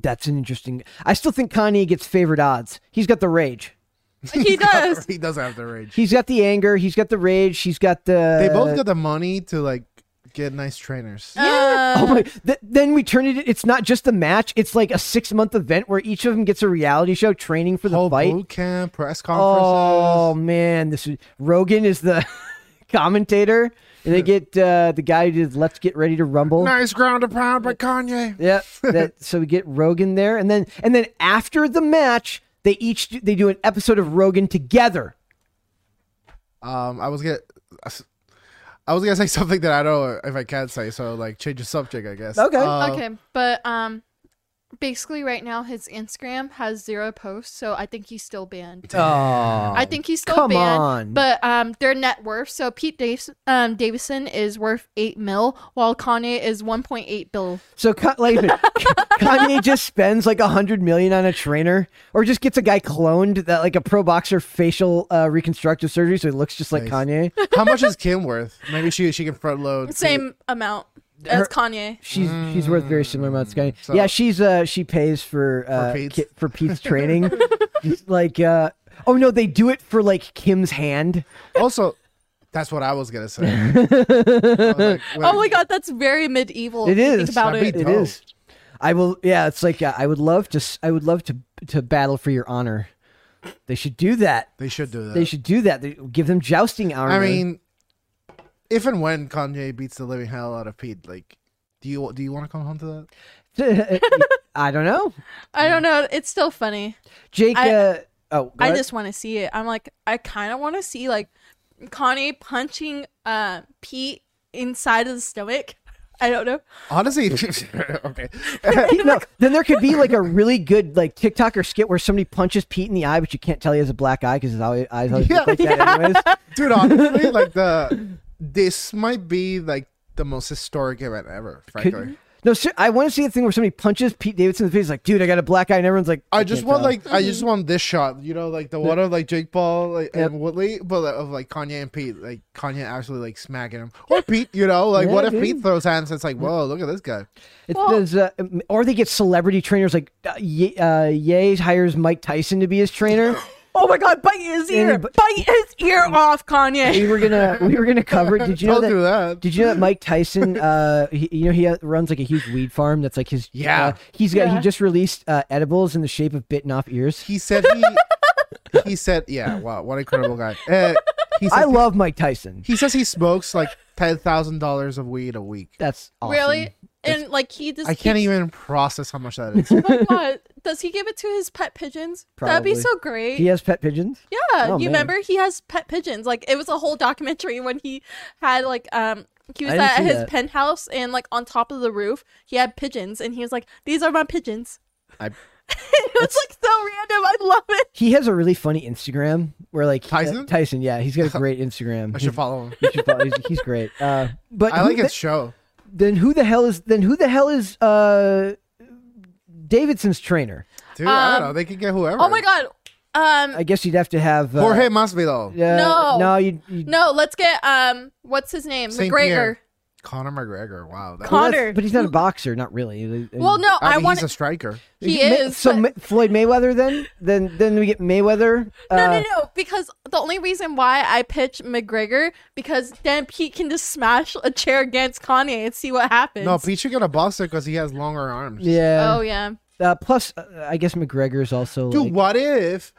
S1: that's an interesting. I still think Kanye gets favored odds. He's got the rage.
S2: He does.
S3: he does have the rage.
S1: He's got the anger. He's got the rage. He's got the.
S3: They both got the money to like get nice trainers.
S2: Uh,
S1: Oh my! Th- then we turn it. It's not just the match. It's like a six month event where each of them gets a reality show training for the
S3: Whole
S1: fight.
S3: boot camp, press
S1: Oh
S3: conferences.
S1: man, this is Rogan is the commentator. And they get uh, the guy who did "Let's Get Ready to Rumble."
S3: nice ground to pound by Kanye.
S1: Yeah. That, so we get Rogan there, and then and then after the match, they each do, they do an episode of Rogan together.
S3: Um, I was gonna, I was gonna say something that I don't know if I can say. So like, change the subject, I guess.
S1: Okay.
S3: Uh,
S2: okay, but um basically right now his Instagram has zero posts, so I think he's still banned.
S1: Oh,
S2: I think he's still
S1: come
S2: banned.
S1: on.
S2: But um their net worth, so Pete Davis, um, Davison is worth 8 mil while Kanye is 1.8 bill.
S1: so Ka- like, Kanye just spends like a hundred million on a trainer, or just gets a guy cloned that like a pro boxer facial uh, reconstructive surgery, so he looks just like Kanye.
S3: How much is Kim worth? Maybe she she can front load.
S2: Same amount as
S1: Her-
S2: Kanye.
S1: She's she's worth very similar amounts. of Kanye. yeah, she's uh she pays Mm, for uh
S3: Pete's.
S1: Ki- for Pete's training, Just like uh oh no, they do it for like Kim's hand.
S3: Also, That's what I was gonna say. I was like,
S2: Oh my
S3: wait,
S2: god, that's very medieval.
S1: It
S2: if you Think
S1: is.
S2: about
S3: That'd
S2: it.
S3: be
S1: It
S3: dope.
S1: is. I will. Yeah, it's like uh, I would love to. s- I would love to to battle for your honor. They should do that.
S3: They should do that.
S1: They should do that. They, give them jousting armor.
S3: I mean, if and when Kanye beats the living hell out of Pete, like, do you do you want to come home to that?
S1: I don't know,
S2: I don't know. It's still funny.
S1: Jake.
S2: I-
S1: uh, oh, go
S2: I
S1: ahead.
S2: just want to see it. I'm like, I kind of want to see like Kanye punching uh, Pete inside of the stomach. I don't know.
S3: Honestly, okay.
S1: no, then there could be like a really good like TikTok or skit where somebody punches Pete in the eye, but you can't tell he has a black eye because his eye- eyes always
S3: Yeah,
S1: look like that. Anyways,
S3: Dude, honestly, like the this might be like the most historic event ever. Frankly,
S1: Could- no, ser- I want to see a thing where somebody punches Pete Davidson in the face, like, dude, I got a black eye, and everyone's like,
S3: I just
S1: can't
S3: want
S1: tell."
S3: like I just want this shot, you know, like the one of like Jake Paul like,
S1: Yep.
S3: and Woodley, but like, of like Kanye and Pete, like Kanye actually like smacking him or Pete, you know, like what
S1: Yeah,
S3: if
S1: dude.
S3: Pete throws hands? It's like, whoa, look at this guy.
S1: It's
S2: Well-
S1: those, uh, m- or they get celebrity trainers like uh, Ye, uh, Ye hires Mike Tyson to be his trainer.
S2: Oh my god, bite his ear.
S1: Yeah, but-
S2: bite his ear off, Kanye.
S1: we were gonna we were gonna cover. it. Did you know
S3: Don't
S1: that?
S3: do that.
S1: Did you know that Mike Tyson? Uh, he, you know he uh, runs like a huge weed farm. That's like his.
S3: Yeah.
S1: uh, he's got. He
S2: Yeah.
S1: just released uh, edibles in the shape of bitten off ears.
S3: He said he he said yeah, wow, what an incredible guy. Uh, he said
S1: I
S3: he-
S1: love Mike Tyson.
S3: He says he smokes like ten thousand dollars of weed a week.
S1: That's awesome.
S2: Really? And like he just
S3: I can't
S2: keeps-
S3: even process how much that is.
S2: Oh my god, does he give it to his pet pigeons? That'd
S1: Probably.
S2: be so great.
S1: He has pet pigeons.
S2: Yeah,
S1: Oh,
S2: you
S1: man.
S2: remember he has pet pigeons. Like it was a whole documentary when he had like um he was
S1: I didn't
S2: at
S1: see
S2: his
S1: that.
S2: penthouse and like on top of the roof he had pigeons and he was like these are my pigeons.
S3: I-
S2: it was like so random. I love it.
S1: He has a really funny Instagram where like he- uh,
S3: Tyson?
S1: Tyson, yeah, he's got a great Instagram.
S3: I should follow him.
S1: You should follow- he's, he's great. Uh, but
S3: I
S1: who
S3: like
S1: the-
S3: his show.
S1: then who the hell is then who the hell is uh Davidson's trainer?
S3: Dude, I don't
S2: Um,
S3: know. They could get whoever.
S2: Oh my god. Um
S1: I guess you'd have to have uh,
S3: Jorge Masvidal,
S1: Uh,
S2: No.
S1: no, you. you
S2: no, let's get um what's his name?
S3: Saint
S2: McGregor.
S3: Pierre. Conor McGregor. Wow. That,
S2: Con-
S1: that's-
S2: Connor.
S1: but he's not a boxer, not really.
S2: Well, no,
S3: I
S2: I,
S3: mean,
S2: want
S3: he's a striker.
S2: he
S1: Ma-
S2: is.
S1: so
S2: but-
S1: Ma- Floyd Mayweather. Then, then, then we get Mayweather. Uh,
S2: no, no, no. Because the only reason why I pitch McGregor because then Pete can just smash a chair against Kanye and see what happens.
S3: No, Pete should get a boxer because he has longer arms.
S1: Yeah.
S2: Oh yeah.
S1: Uh, plus, uh, I guess McGregor is also.
S3: Dude,
S1: like-
S3: what if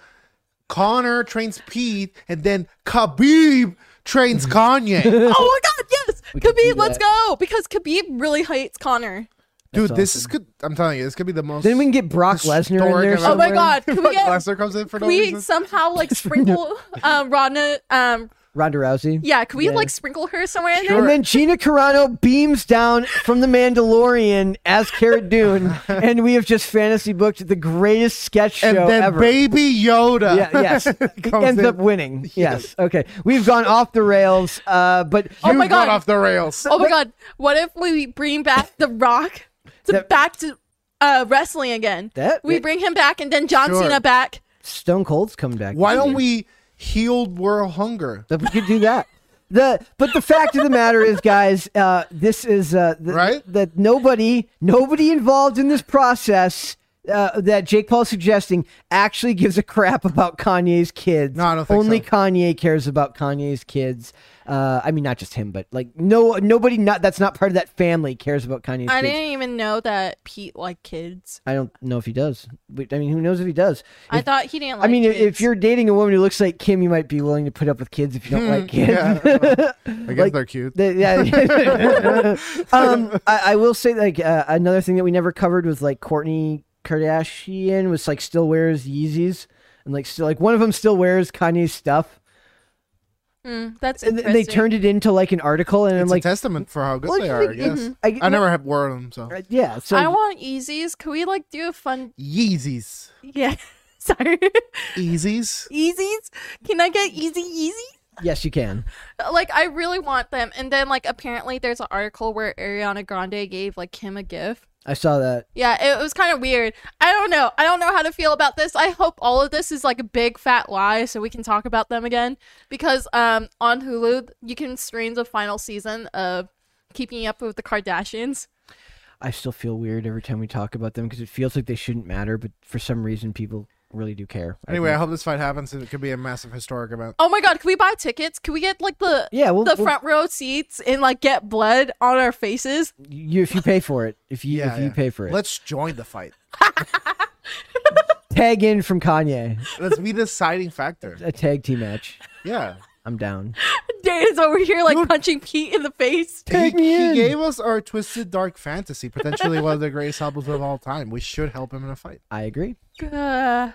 S3: Connor trains Pete and then Khabib trains Kanye?
S2: oh my god, yes!
S1: could do
S2: Khabib, let's go! Because Khabib really hates Connor.
S3: Dude, this is good. I'm telling you, this could be the most.
S1: then we can get Brock Lesnar in
S3: Historic
S1: there.
S3: event.
S2: Oh my
S1: somewhere.
S2: god, can we, get,
S3: Lesnar comes in for no
S2: can we
S3: reason.
S2: somehow like sprinkle um Rodna um
S1: Ronda Rousey.
S2: yeah, can we
S1: Yeah.
S2: like sprinkle her somewhere in
S1: And
S2: there?
S1: then Gina Carano beams down from the Mandalorian as Cara Dune, and we have just fantasy booked the greatest sketch show
S3: and then
S1: ever.
S3: Baby Yoda.
S1: yeah, yes.
S3: comes
S1: ends
S3: in.
S1: up winning. Yes. Okay. We've gone off the rails, uh, but
S3: You
S2: my
S3: got
S2: God.
S3: off the rails.
S2: Oh my god, what if we bring back the rock to
S1: That-
S2: back to uh wrestling again?
S1: That-
S2: we bring him back and then John
S3: Sure.
S2: Cena back.
S1: Stone Cold's coming back.
S3: Why don't we heal world hunger?
S1: That we could do that. The but the fact of the matter is, guys, uh, this is uh, th-
S3: Right?
S1: that nobody nobody involved in this process uh, that Jake Paul is suggesting actually gives a crap about Kanye's kids.
S3: No, I don't think
S1: Only
S3: so.
S1: Kanye cares about Kanye's kids. Uh, I mean, not just him, but like no nobody not that's not part of that family cares about Kanye's
S2: I
S1: kids.
S2: didn't even know that Pete liked kids.
S1: I don't know if he does. But, I mean, who knows if he does?
S2: I thought he didn't like
S1: I mean, if-
S2: kids.
S1: if you're dating a woman who looks like Kim, you might be willing to put up with kids if you
S3: Hmm.
S1: don't like kids.
S3: I guess
S1: Like,
S3: they're cute.
S1: The- yeah. um, I, I will say like uh, another thing that we never covered was like Courtney Kardashian was like still wears Yeezys and like still like one of them still wears Kanye's stuff.
S2: Mm, that's
S1: And th- they
S2: interesting.
S1: turned it into like an article, and I'm
S3: It's
S1: like,
S3: a testament for how good
S1: well,
S3: they
S1: you
S3: are, I
S1: think-
S3: guess.
S1: mhm. I-
S3: I never have worn them, so.
S1: uh, yeah. So
S2: I want Yeezys. Could we like do a fun
S3: Yeezys.
S2: Yeah. Sorry.
S3: Yeezys?
S2: Yeezys? Can I get easy Yeezys?
S1: yes, you can.
S2: Like I really want them. And then like apparently there's an article where Ariana Grande gave like him a gift.
S1: I saw that.
S2: Yeah, it was kind of weird. I don't know. I don't know how to feel about this. I hope all of this is like a big fat lie so we can talk about them again because um on Hulu you can stream the final season of Keeping Up with the Kardashians.
S1: I still feel weird every time we talk about them because it feels like they shouldn't matter, but for some reason people really do care. I
S3: Anyway, I hope this fight happens. It could be a massive historic event.
S2: Oh my god, can we buy tickets? Can we get like the
S1: Yeah, we'll-
S2: the
S1: we'll-
S2: front row seats and like get blood on our faces?
S1: you if you pay for it, if you
S3: Yeah,
S1: if you
S3: yeah.
S1: pay for it,
S3: Let's join the fight.
S1: tag in from Kanye,
S3: Let's be the deciding factor.
S1: a tag team match.
S3: Yeah.
S1: I'm down.
S2: Dana's over here like punching Pete in the face.
S1: Tag
S3: he,
S1: me
S3: he
S1: in.
S3: gave us our Twisted Dark Fantasy, potentially one of the greatest albums of all time. We should help him in a fight.
S1: I agree.
S2: Uh,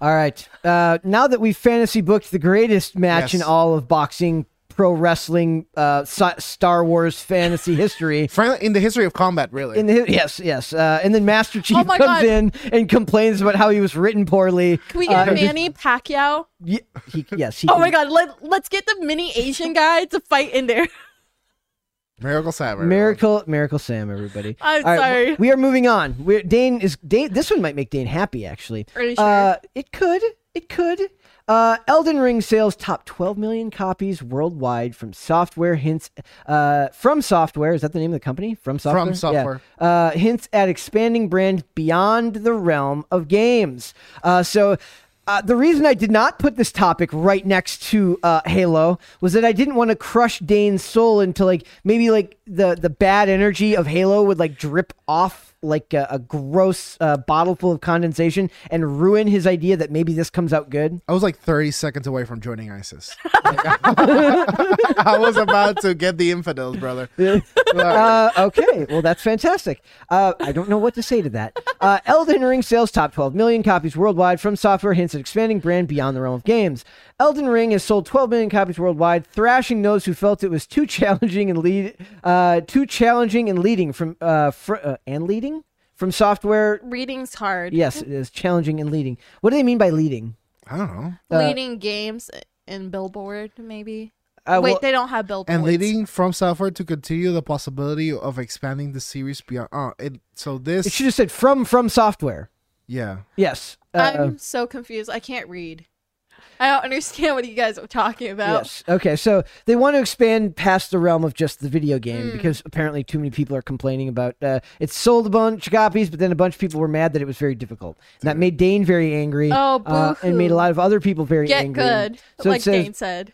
S1: All right. Uh, now that we've fantasy booked the greatest match in
S3: Yes.
S1: all of boxing, pro wrestling, uh, si- Star Wars fantasy history.
S3: Frankly, in the history of combat, really.
S1: In the, yes, yes, uh, and then Master Chief
S2: Oh my
S1: comes
S2: God.
S1: in and complains about how he was written poorly.
S2: can we get
S1: Uh,
S2: Manny Pacquiao?
S1: y- he, yes, he
S2: Oh my god, let let's get the mini Asian guy to fight in there.
S3: Miracle Saber.
S1: Miracle, Miracle Sam, everybody.
S2: I'm
S1: All right,
S2: sorry.
S1: w- we are moving on. We're, Dane is Dane. This one might make Dane happy, actually.
S2: Are you
S1: Uh, it could. It could. Uh, Elden Ring sales top 12 million copies worldwide from Software hints. Uh, from Software is that the name of the company? From Software. Yeah.
S3: Software.
S1: Uh, hints at expanding brand beyond the realm of games. Uh, so. Uh, the reason I did not put this topic right next to uh, Halo was that I didn't want to crush Dane's soul into like maybe like the the bad energy of Halo would like drip off like a, a gross uh, bottle full of condensation and ruin his idea that maybe this comes out good.
S3: I was like 30 seconds away from joining ISIS. I was about to get the infidels, brother.
S1: uh, okay, well that's fantastic. Uh, I don't know what to say to that. Uh, Elden Ring sales top 12 million copies worldwide from software hints at expanding brand beyond the realm of games. Elden Ring has sold 12 million copies worldwide, thrashing those who felt it was too challenging and lead uh, too challenging and leading from uh, fr- uh, and leading from software.
S2: Reading's hard.
S1: Yes, it is challenging and leading. What do they mean by leading?
S3: I don't know.
S2: leading games in Billboard, maybe.
S1: Uh,
S2: Wait,
S1: well-
S2: they don't have Billboard.
S3: and leading from software to continue the possibility of expanding the series beyond. Uh, it, so
S1: It
S3: this,
S1: should have said from from software.
S3: yeah,
S1: Yes. Uh,
S2: I'm so confused. I can't read. I don't understand what you guys are talking about.
S1: Yes. Okay. So they want to expand past the realm of just the video
S2: Hmm.
S1: game because apparently too many people are complaining about uh, it sold a bunch of copies, but then a bunch of people were mad that it was very difficult. And that made Dane very angry.
S2: Oh,
S1: uh, and made a
S2: boo-hoo.
S1: lot of other people very
S2: Get
S1: angry.
S2: good,
S1: So
S2: like
S1: it says
S2: Dane said.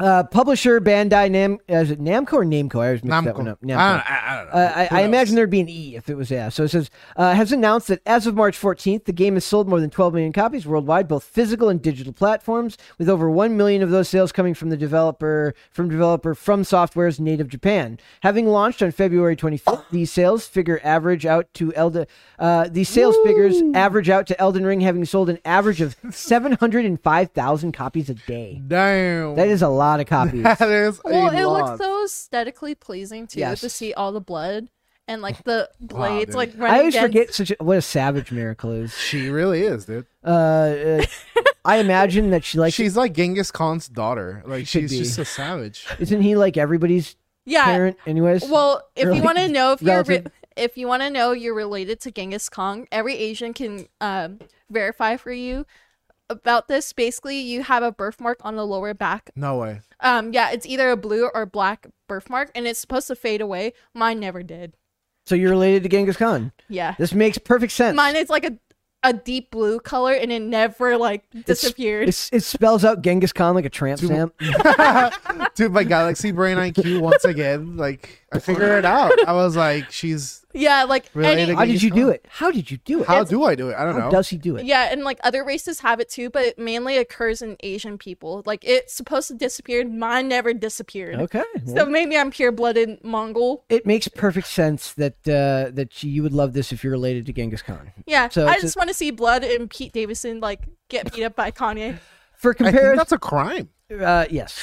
S1: uh, publisher Bandai Nam uh, is it Namco or Namco? I always mix that
S3: Namco.
S1: one up.
S3: I, don't,
S1: Namco.
S3: I, I don't know.
S1: Uh,
S3: Who
S1: I, I
S3: knows?
S1: imagine there'd be an E if it was yeah. So it says uh, has announced that as of March 14th, the game has sold more than 12 million copies worldwide, both physical and digital platforms, with over 1 million of those sales coming from the developer from developer from Software's native Japan. Having launched on February 25th, these sales figure average out to Elden. Uh, these sales figures average out to Elden Ring, having sold an average of 705,000 copies a day.
S3: Damn,
S1: That is a lot of copies.
S3: that is
S2: Well,
S3: a
S2: it
S3: lot.
S2: looks so aesthetically pleasing too to
S1: Yes.
S2: see all the blood and like the blades
S3: dude.
S2: like running
S1: I always
S2: against-
S1: forget such a, what a savage miracle is.
S3: she really is, dude.
S1: uh, uh, I imagine that she likes.
S3: she's like Genghis Khan's daughter. Like
S1: Should
S3: she's
S1: be.
S3: just a savage.
S1: isn't he like everybody's
S2: Yeah.
S1: parent, anyways?
S2: Uh, Well, if
S1: Really?
S2: you want to know if you're re-
S1: Relative?
S2: if you want to know you're related to Genghis Khan, every Asian can um, verify for you about this. Basically, you have a birthmark on the lower back.
S3: No way.
S2: Um, yeah, it's either a blue or black birthmark, and it's supposed to fade away. Mine never did.
S1: so you're related to Genghis Khan.
S2: Yeah,
S1: This makes perfect sense.
S2: mine is like a a deep blue color, and it never like disappeared.
S1: It's, it spells out Genghis Khan like a tramp stamp.
S3: Dude, my galaxy brain IQ once again. Like I figured it out. I was like, she's
S2: yeah, like
S3: Related
S2: any,
S1: How did
S3: Genghis
S1: you do
S3: Khan.
S1: it? How did you do it?
S3: how do I do it? I don't
S1: How
S3: know.
S1: does he do it?
S2: Yeah, and like other races have it too, but it mainly occurs in Asian people. Like it's supposed to disappear. Mine never disappeared.
S1: Okay.
S2: So
S1: well,
S2: maybe I'm pure blooded Mongol.
S1: it makes perfect sense that uh, that you would love this if you're related to Genghis Khan.
S2: Yeah.
S1: So
S2: I
S1: it's a-
S2: just want to see blood and Pete Davidson like get beat up by Kanye.
S1: For
S3: I think
S1: comparison,
S3: that's a crime.
S1: Uh, yes.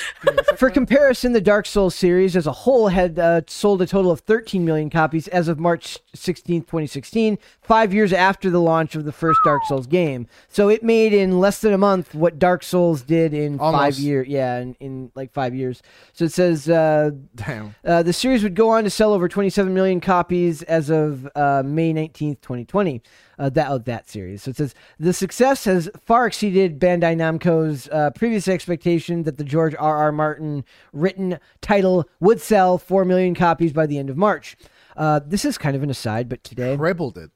S1: For comparison, the Dark Souls series as a whole had uh, sold a total of 13 million copies as of March 16, 2016, five years after the launch of the first Dark Souls game. So it made in less than a month what Dark Souls did in five
S3: Almost.
S1: years. Yeah, in, in like five years. So it says uh,
S3: Damn.
S1: uh, the series would go on to sell over 27 million copies as of uh, May 19th, 2020. Uh, that of that series. So it says the success has far exceeded Bandai Namco's uh, previous expectation that the George R. R. Martin written title would sell 4 million copies by the end of March. Uh, this is kind of an aside, but today
S3: Crippled it.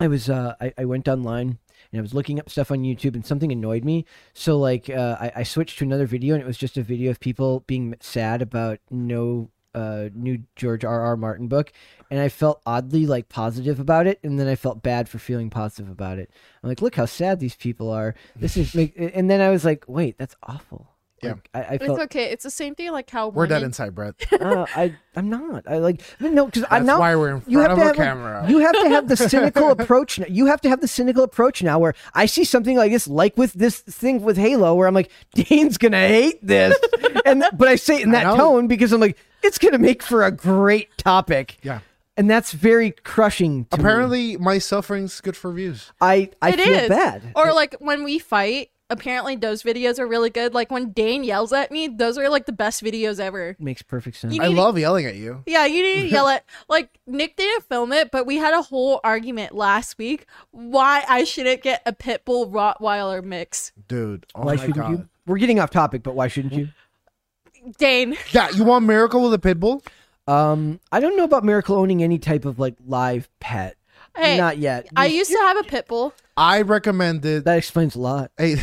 S1: I was uh, I, I went online and I was looking up stuff on YouTube, and something annoyed me. So like, uh, I, I switched to another video, and it was just a video of people being sad about no uh, new George R. R. Martin book, and I felt oddly like positive about it, and then I felt bad for feeling positive about it. I'm like, look how sad these people are. This is, make, and then I was like, wait, that's awful.
S3: Yeah.
S1: Like, I, I
S2: It's
S1: felt
S2: okay. It's the same thing like how
S3: We're dead
S2: women-
S3: inside, Brett.
S1: uh, I I'm not. I like no because I'm
S3: That's
S1: not.
S3: why we're in
S1: you
S3: front
S1: have
S3: of
S1: to
S3: a
S1: have, like,
S3: camera.
S1: you have to have the cynical approach. Now. You have to have the cynical approach now, where I see something like this, like with this thing with Halo, where I'm like, Dane's gonna hate this, and but I say it in that
S3: know.
S1: tone because I'm like, it's gonna make for a great topic.
S3: Yeah.
S1: and that's very crushing. To me.
S3: Apparently, my suffering's good for views.
S1: I I
S2: It is Oh.
S1: feel bad.
S2: Or like when we fight, apparently those videos are really good. Like when Dane yells at me, those are like the best videos ever.
S1: Makes perfect sense.
S2: You
S3: I
S2: need-
S3: love yelling at you.
S2: Yeah, you didn't yell at like Nick didn't film it, but we had a whole argument last week why I shouldn't get a pit bull Rottweiler mix.
S3: Dude, oh
S1: why
S3: my
S1: shouldn't
S3: god. Mm-hmm.
S1: you? We're getting off topic, but why shouldn't you?
S2: Dane,
S3: Yeah, you want Miracle with a pit bull?
S1: Um, I don't know about Miracle owning any type of like live pet.
S2: Hey,
S1: Not yet.
S2: I used to have a pit bull.
S3: I recommended.
S1: That explains a lot.
S3: Hey,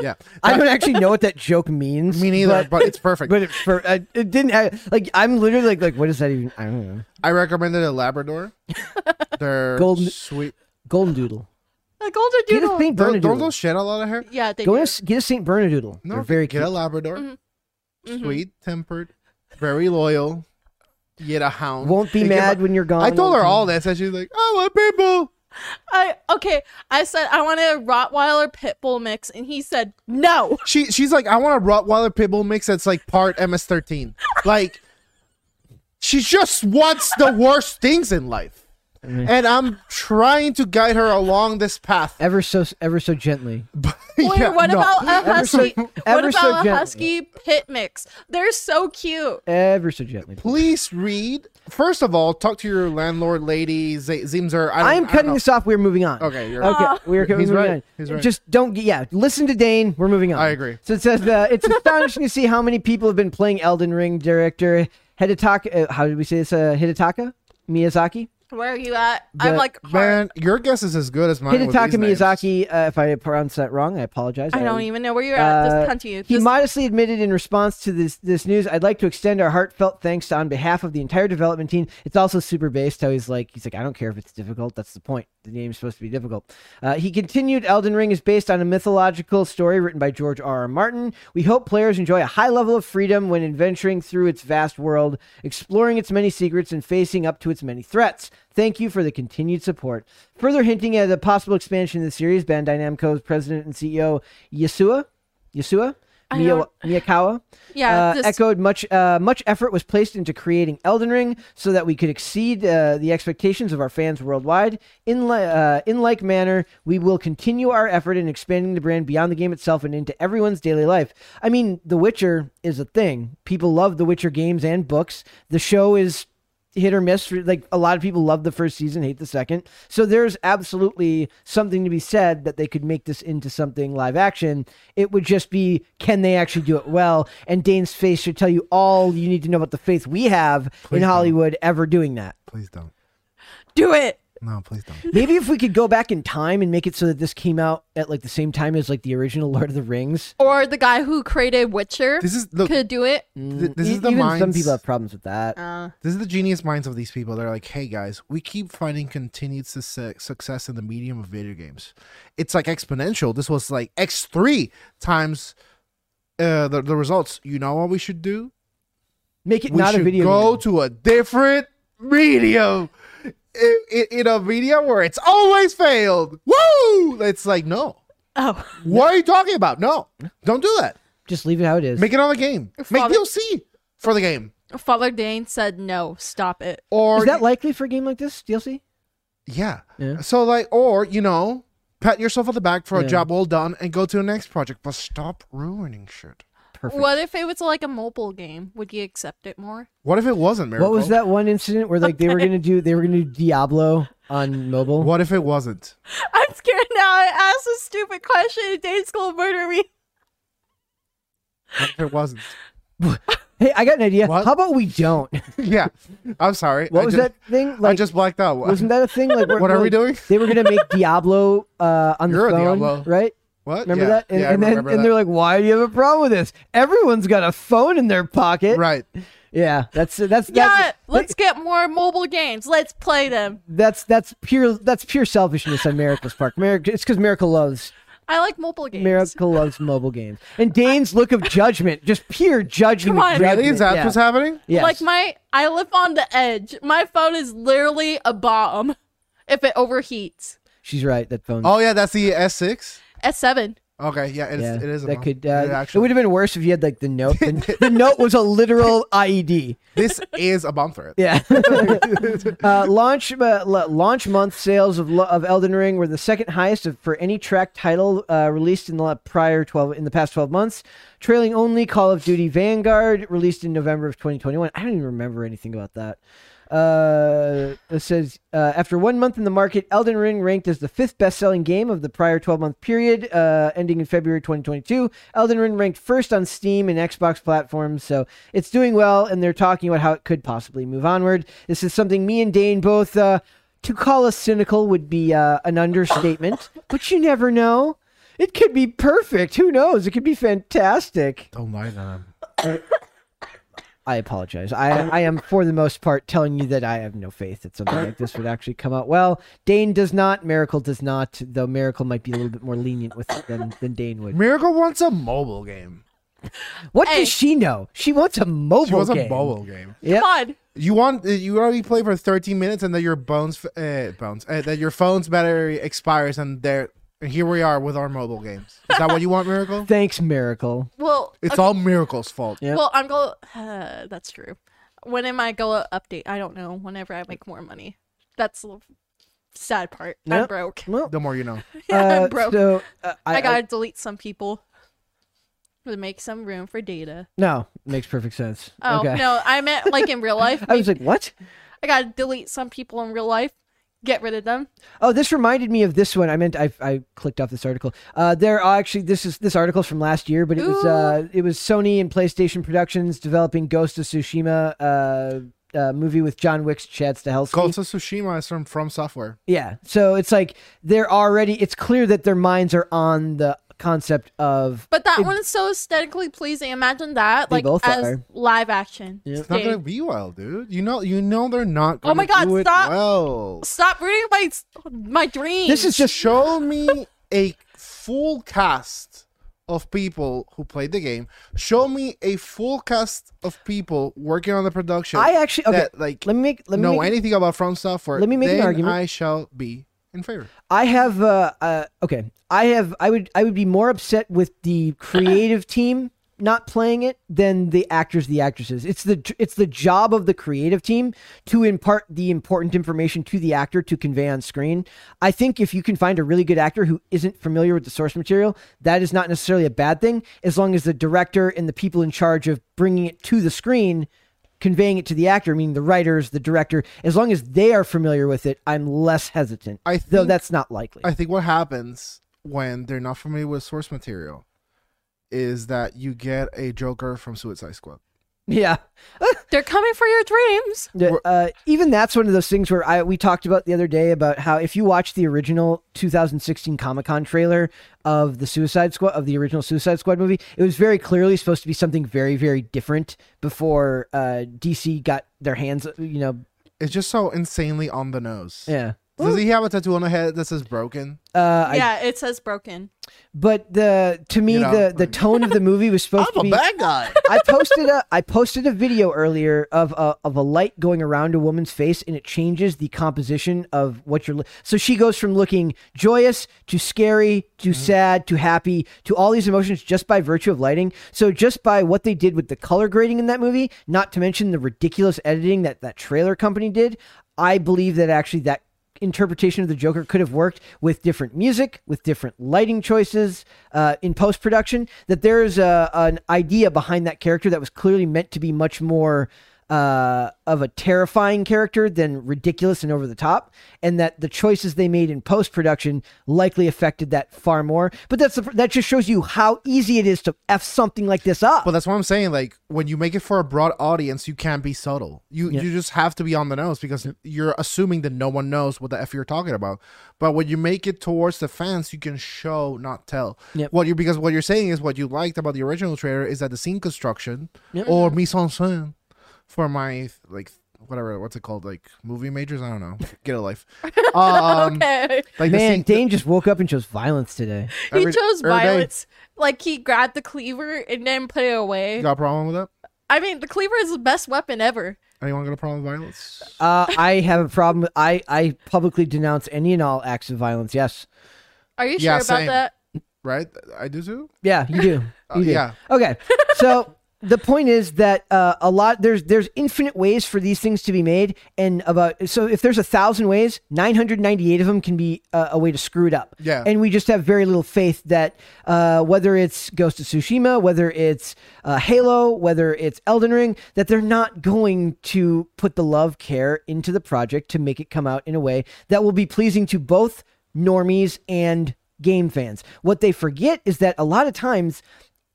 S3: yeah,
S1: I don't actually know what that joke means.
S3: me neither,
S1: But,
S3: but, it's perfect.
S1: but it, for, I, it didn't. I, like I'm literally like like what is that even? I don't know.
S3: I recommended a Labrador. They're
S1: Golden-
S3: sweet.
S1: Golden doodle.
S2: A golden
S1: Get a
S2: doodle.
S1: Saint
S3: Don't, don't
S1: Bernadoodle.
S3: those shed a lot of hair?
S2: yeah, they
S1: Go
S2: do.
S1: and s- get a Saint Bernadoodle.
S3: No,
S1: They're very
S3: get
S1: cute.
S3: a Labrador.
S2: Mhm.
S3: Sweet tempered, very loyal. Yet a hound.
S1: Won't be
S3: They give
S1: mad
S3: a-
S1: when you're gone.
S3: I told her
S1: the
S3: all
S1: time.
S3: this, and she's like, "Oh, a pit bull."
S2: I okay. I said I want a Rottweiler pit bull mix, and he said no.
S3: She she's like, I want a Rottweiler Pit Bull mix that's like part MS13. Like, she just wants the worst things in life,
S1: Mm-hmm.
S3: and I'm trying to guide her along this path.
S1: Ever so ever so gently.
S3: But-
S2: Or
S3: yeah,
S2: what
S3: no.
S2: about uh, a husky? what
S1: ever so
S2: about
S1: gently.
S2: a husky pit mix? They're so cute.
S1: Ever so gently.
S3: Please read. First of all, talk to your landlord, lady Z- Zimzer. I, don't-
S1: I am
S3: I don't
S1: cutting
S3: know.
S1: this off. We're moving on.
S3: Okay, you're
S1: Okay,
S2: Oh.
S1: we're
S3: He's
S1: moving
S3: right.
S1: on.
S3: He's right.
S1: Just don't get. Yeah, listen to Dane. We're moving on.
S3: I agree.
S1: So it says uh, it's astonishing to see how many people have been playing Elden Ring. Director Hidetaka. Uh, how did we say this? Uh, Hidetaka Miyazaki.
S2: Where are you at? I'm
S1: The-
S2: like hard.
S3: man. Your guess is as good as mine. with
S1: Hidetaka
S3: these names.
S1: Miyazaki. Uh, if I pronounce that wrong, I apologize.
S2: I don't even know where you're at.
S1: Uh,
S2: Just continue.
S1: He
S2: Just-
S1: modestly admitted in response to this this news, I'd like to extend our heartfelt thanks to, on behalf of the entire development team. It's also super based how he's like he's like I don't care if it's difficult. That's the point. The game's supposed to be difficult. Uh, he continued, Elden Ring is based on a mythological story written by George R. R. Martin. We hope players enjoy a high level of freedom when adventuring through its vast world, exploring its many secrets, and facing up to its many threats. Thank you for the continued support. Further hinting at a possible expansion of the series, Bandai Namco's president and E CEO Yasua. Yasua
S2: I
S1: Mia,
S2: don't-
S1: Miyakawa
S2: yeah,
S1: uh,
S2: just-
S1: echoed much uh, much effort was placed into creating Elden Ring so that we could exceed uh, the expectations of our fans worldwide. In li- uh, in like manner, we will continue our effort in expanding the brand beyond the game itself and into everyone's daily life. I mean, The Witcher is a thing. People love The Witcher games and books. The show is hit or miss. Like a lot of people love the first season, hate the second. So there's absolutely something to be said that they could make this into something live action. It would just be can they actually do it well? And Dane's face should tell you all you need to know about the faith we have in Hollywood ever doing that.
S3: Please don't.
S2: do it.
S3: No, please don't.
S1: Maybe if we could go back in time and make it so that this came out at like the same time as like the original Lord of the Rings.
S2: Or the guy who created Witcher
S3: This is look.
S2: could do it.
S1: Mm.
S3: th- this is the
S1: E- Even
S3: minds.
S1: some people have problems with that.
S2: Uh,
S3: This is the genius minds of these people. They're like, hey guys, we keep finding continued success success in the medium of video games. It's like exponential. This was like X three times uh, the the results. You know what we should do?
S1: Make it
S3: We
S1: not
S3: should
S1: a video.
S3: go
S1: game.
S3: to a different medium. In, in, in a medium where it's always failed. Woo! It's like no.
S2: oh,
S3: What are you talking about? No, don't do that.
S1: Just leave it how it is.
S3: Make another game. Make
S2: Father-
S3: DLC for the game.
S2: Father Dane said no. Stop it.
S3: Or
S1: is that likely for a game like this DLC?
S3: Yeah.
S1: Yeah.
S3: So like, or you know, pat yourself on the back for
S1: Yeah.
S3: a job well done and go to the next project, but stop ruining shit.
S1: Perfect.
S2: What if it was like a mobile game? Would you accept it more?
S3: What if it wasn't Miracle?
S1: What was that one incident where like they were gonna do they were gonna do Diablo on mobile?
S3: What if it wasn't?
S2: I'm scared now. I asked a stupid question. Dane's gonna murder me.
S3: What if it wasn't?
S1: Hey, I got an idea.
S3: What?
S1: How about we don't?
S3: yeah, I'm sorry.
S1: What
S3: I
S1: was
S3: just,
S1: that thing?
S3: I
S1: Like,
S3: just blacked out.
S1: wasn't that a thing? Like, where-
S3: What are we
S1: like,
S3: doing?
S1: They were gonna make Diablo uh, on
S3: You're a
S1: the phone,
S3: Diablo.
S1: right?
S3: What?
S1: Remember
S3: yeah.
S1: that? And,
S3: yeah, I
S1: and then
S3: remember
S1: and
S3: that.
S1: they're like, "Why do you have a problem with this? Everyone's got a phone in their pocket."
S3: right.
S1: Yeah, that's that's
S2: Yeah,
S1: that's
S2: let's get more mobile games. Let's play them.
S1: that's that's pure that's pure selfishness on Miracle's part. Miracle, it's because Miracle loves
S2: I like mobile games.
S1: Miracle loves mobile games, and Dane's look of judgment, just pure judgment.
S2: Come on.
S3: Really? Is that
S1: yeah.
S3: what's happening?
S1: Yes.
S2: Like my I live on the edge. My phone is literally a bomb if it overheats.
S1: She's right. That phone.
S3: Oh yeah, that's the S6.
S2: S7.
S3: Okay, yeah, it is.
S1: yeah,
S3: it is. A
S1: that
S3: bomb.
S1: could. Uh,
S3: It
S1: it
S3: actually-
S1: would have been worse if you had like the note. The, the note was a literal E IED.
S3: this is a bomb threat.
S1: Yeah. uh, launch uh, la- launch month sales of Lo- of Elden Ring were the second highest of, for any track title uh, released in the la- prior twelve in the past twelve months, trailing only Call of Duty Vanguard, released in November of 2021. I don't even remember anything about that. Uh, it says uh, after one month in the market, Elden Ring ranked as the fifth best-selling game of the prior 12-month period, uh, ending in February 2022. Elden Ring ranked first on Steam and Xbox platforms, so it's doing well. And they're talking about how it could possibly move onward. This is something me and Dane both uh, to call us cynical would be uh, an understatement, but you never know. It could be perfect. Who knows? It could be fantastic.
S3: Don't lie to them.
S1: I apologize.
S3: Um,
S1: I, I am, for the most part, telling you that I have no faith that something like this would actually come out well. Dane does not. Miracle does not. Though Miracle might be a little bit more lenient with it than, than Dane would.
S3: Miracle wants a mobile game.
S1: What
S2: Hey.
S1: does she know? She wants a mobile
S3: She wants
S1: game.
S3: a mobile game.
S1: Yep.
S2: Come on.
S3: You want you already play for 13 minutes and then your bones uh, bones uh, that your phone's battery expires and there and here we are with our mobile games. Is that what you want, Miracle?
S1: Thanks, Miracle.
S2: Well,
S3: It's all Miracle's fault.
S1: Yep.
S2: well, I'm going uh, that's true. When am I going to update? I don't know. Whenever I make more money. That's the sad part. I'm
S1: Yep.
S2: broke.
S1: Well,
S3: The more you know.
S1: uh,
S2: I'm broke.
S1: so uh, I,
S2: I,
S1: I-
S2: gotta delete some people to make some room for data.
S1: no makes perfect sense.
S2: Oh
S1: okay.
S2: no, I meant like in real life.
S1: I was like, what?
S2: I gotta delete some people in real life, get rid of them.
S1: Oh, this reminded me of this one. I meant I, I clicked off this article. Uh, there are actually this is this article's from last year, but it was
S2: Ooh.
S1: uh, it was Sony and PlayStation Productions developing Ghost of Tsushima. Uh, uh, movie with John Wick's Chad Stahelski.
S3: Ghost of Tsushima is from From Software.
S1: Yeah, so it's like they're already. It's clear that their minds are on the concept of.
S2: But that one's so aesthetically pleasing. Imagine that,
S1: They
S2: like
S1: both
S2: as
S1: are.
S2: live action.
S3: It's not
S2: game.
S3: gonna be well, dude. You know, you know they're not. Gonna
S2: Oh my God,
S3: do it
S2: stop.
S3: Well,
S2: Stop ruining my my dreams.
S1: This is just
S3: show me a full cast of people who played the game. Show me a full cast of people working on the production.
S1: I actually okay.
S3: that, like
S1: let me make let me
S3: know
S1: make,
S3: anything about From Software.
S1: let me make an
S3: then
S1: argument.
S3: I shall be in favor.
S1: I have uh, uh okay. I have I would I would be more upset with the creative team not playing it than the actors the actresses. It's the it's the job of the creative team to impart the important information to the actor to convey on screen. I think if you can find a really good actor who isn't familiar with the source material, that is not necessarily a bad thing as long as the director and the people in charge of bringing it to the screen conveying it to the actor meaning the writers the director as long as they are familiar with it i'm less hesitant
S3: I
S1: though
S3: think-
S1: that's not likely
S3: I think what happens when they're not familiar with source material is that you get a Joker from Suicide Squad.
S1: Yeah.
S2: they're coming for your dreams.
S1: The- Uh, even that's one of those things where I we talked about the other day about how if you watch the original 2016 Comic Con trailer of the Suicide Squad of the original Suicide Squad movie, it was very clearly supposed to be something very very different before uh, DC got their hands. You know,
S3: It's just so insanely on the nose.
S1: yeah.
S3: Does he have a tattoo on the head that says broken?
S1: Uh, I,
S2: yeah, it says broken.
S1: but the to me
S3: You know.
S1: the the tone of the movie was supposed to be
S3: guy.
S1: I posted a I posted a video earlier of a of a light going around a woman's face and it changes the composition of what you're. Li- so she goes from looking joyous to scary to sad to happy to all these emotions just by virtue of lighting. So just by what they did with the color grading in that movie, not to mention the ridiculous editing that that trailer company did, I believe that actually that interpretation of the Joker could have worked with different music, with different lighting choices uh, in post production. That there is a, an idea behind that character that was clearly meant to be much more uh, uh, of a terrifying character than ridiculous and over the top, and that the choices they made in post production likely affected that far more. But that's the, that just shows you how easy it is to f something like this up.
S3: But that's what I'm saying. Like when you make it for a broad audience, you can't be subtle. You you just have to be on the nose because you're assuming that no one knows what the f you're talking about. But when you make it towards the fans, you can show, not tell.
S1: Yep.
S3: What you because what you're saying is what you liked about the original trailer is that the scene construction or mise en scène for my like whatever what's it called like movie majors I don't know get a life. Um,
S2: okay.
S3: Like the
S1: Man,
S3: scene-
S1: Dane just woke up and chose violence today.
S2: He
S3: every-
S2: chose
S3: every day.
S2: violence. Like he grabbed the cleaver and then put it away.
S3: You got a problem with that?
S2: I mean, the cleaver is the best weapon ever.
S3: Anyone got a problem with violence?
S1: Uh, I have a problem. With, I I publicly denounce any and all acts of violence. Yes.
S2: Are you
S3: Yeah,
S2: sure about
S3: same.
S2: that?
S3: Right? I do too.
S1: Yeah, you do. You
S3: Uh,
S1: do.
S3: yeah.
S1: Okay. So the point is that uh, a lot there's there's infinite ways for these things to be made, and about so if there's a thousand ways, nine hundred ninety eight of them can be uh, a way to screw it up.
S3: Yeah.
S1: And we just have very little faith that uh, whether it's Ghost of Tsushima, whether it's uh, Halo, whether it's Elden Ring, that they're not going to put the love care into the project to make it come out in a way that will be pleasing to both normies and game fans. What they forget is that a lot of times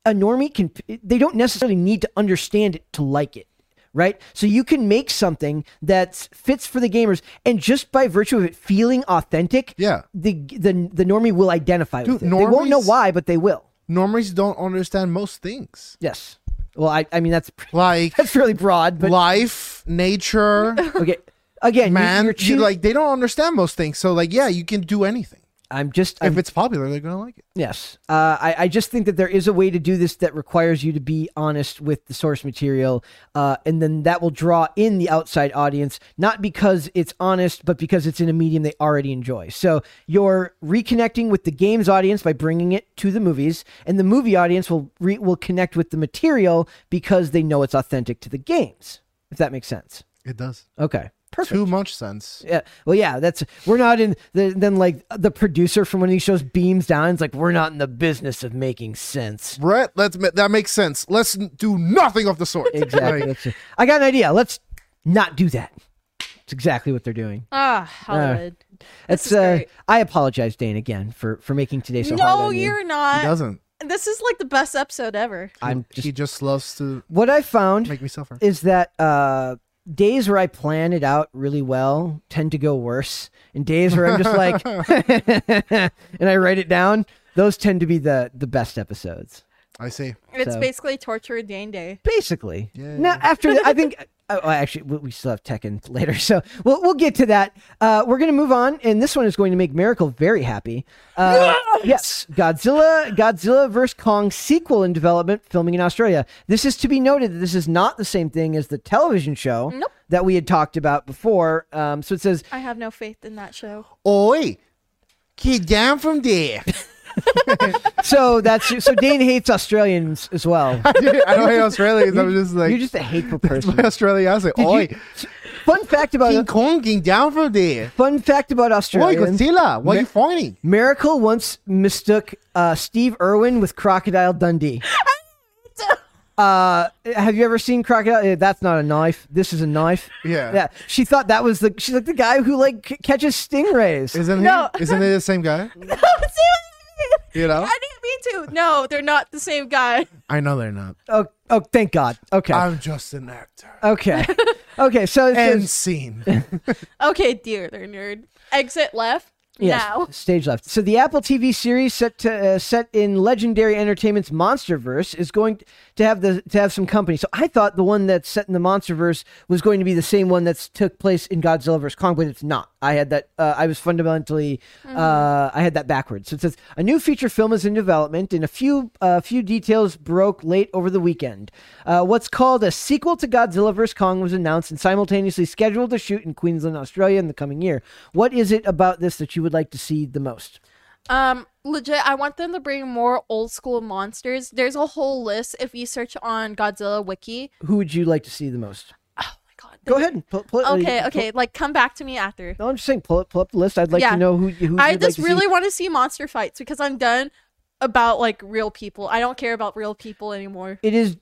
S1: a normie can they don't necessarily need to understand it to like it right so you can make something that fits for the gamers and just by virtue of it feeling authentic
S3: Yeah.
S1: the the, the normie will identify with it
S3: Dude,
S1: they won't know
S3: normies-
S1: why but they will
S3: Normies don't understand most things.
S1: yes well i, I mean that's
S3: Like
S1: that's really broad but
S3: life, nature,
S1: okay again you,
S3: man. You
S1: are choo-
S3: like they don't understand most things. So like yeah, you can do anything.
S1: i'm just
S3: if it's popular, they're gonna like it.
S1: Yes. Uh, I, I just think that there is a way to do this that requires you to be honest with the source material. Uh, and then that will draw in the outside audience, not because it's honest, but because it's in a medium they already enjoy. So you're reconnecting with the game's audience by bringing it to the movies, and the movie audience will, re- will connect with the material because they know it's authentic to the games, if that makes sense.
S3: It does.
S1: Okay. Perfect.
S3: Too much sense.
S1: Yeah. Well, yeah. That's we're not in. The, then like the producer from one of these shows beams down. It's like we're not in the business of making sense.
S3: Brett, let's ma- that makes sense. Let's n- do nothing of the sort.
S1: Exactly.
S3: Like,
S1: That's it. I got an idea. Let's not do that. It's exactly what they're doing.
S2: Ah, Hollywood. This
S1: It's
S2: is
S1: uh,
S2: great.
S1: I apologize, Dane, again for for making today so hard.
S2: no,
S1: on you.
S2: you're
S3: he
S2: not.
S3: doesn't.
S2: This is like the best episode ever.
S1: I'm just
S3: he just loves to
S1: what I found.
S3: make me suffer.
S1: is that uh, days where I plan it out really well tend to go worse, and days where I'm just like, and I write it down. Those tend to be the the best episodes,
S3: I see.
S2: It's
S1: So-
S2: basically torture Dane Day.
S1: basically.
S3: Yeah.
S1: Now after that, I think. Oh, oh, actually, we we still have Tekken later, so we'll we'll get to that. Uh, we're gonna move on, and this one is going to make Miracle very happy. Uh, yes, Godzilla, Godzilla vs Kong sequel in development, filming in Australia. This is to be noted that this is not the same thing as the television show
S2: Nope.
S1: that we had talked about before. Um, so it says
S2: I have no faith in that show.
S3: Oi, get down from there.
S1: so. That's so. Dane hates Australians as well.
S3: I don't hate Australians. I'm just like
S1: You're just a hateful
S3: my
S1: person.
S3: Australian. I was like, oi,
S1: Did you- fun fact
S3: King
S1: about
S3: Kong, get down from there.
S1: fun fact about
S3: Oi,
S1: Australians.
S3: Godzilla, what are you fighting?
S1: Miracle once mistook uh, Steve Irwin with Crocodile Dundee. Uh, have you ever seen Crocodile? eh, That's not a knife. This is a knife.
S3: Yeah.
S1: Yeah. She thought that was the. She's like the guy who like c- catches stingrays.
S3: Isn't
S2: No.
S3: he? Isn't he the same guy? You know?
S2: I didn't mean to. No, they're not the same guy.
S3: I know they're not.
S1: oh, oh, Uh, thank God. Okay.
S3: I'm just an actor.
S1: okay. okay. So it
S3: End
S1: says,
S3: scene.
S2: Okay, dear, they're nerd. Exit left.
S1: yes,
S2: Now.
S1: stage left. So the Apple TV series set to uh, set in Legendary Entertainment's MonsterVerse is going to have the to have some company. So I thought the one that's set in the MonsterVerse was going to be the same one that's took place in Godzilla vs Kong, but it's not. I had that. Uh, I was fundamentally. Uh, I had that backwards. So it says a new feature film is in development, and a few a few details broke late over the weekend. Uh, what's called a sequel to Godzilla vs Kong was announced and simultaneously scheduled to shoot in Queensland, Australia, in the coming year. What is it about this that you would like to see the most?
S2: Um, legit, I want them to bring more old school monsters. There's a whole list if you search on Godzilla Wiki.
S1: Who would you like to see the most?
S2: Oh my god.
S1: Go ahead. and Pull, pull it,
S2: Okay,
S1: pull-
S2: okay. Like, come back to me after.
S1: no, I'm just saying, pull up, pull up the list. I'd like
S2: Yeah.
S1: to know who. you- who
S2: I
S1: you'd like
S2: just
S1: to see.
S2: really want to see monster fights because I'm done about like real people. I don't care about real people anymore.
S1: It is.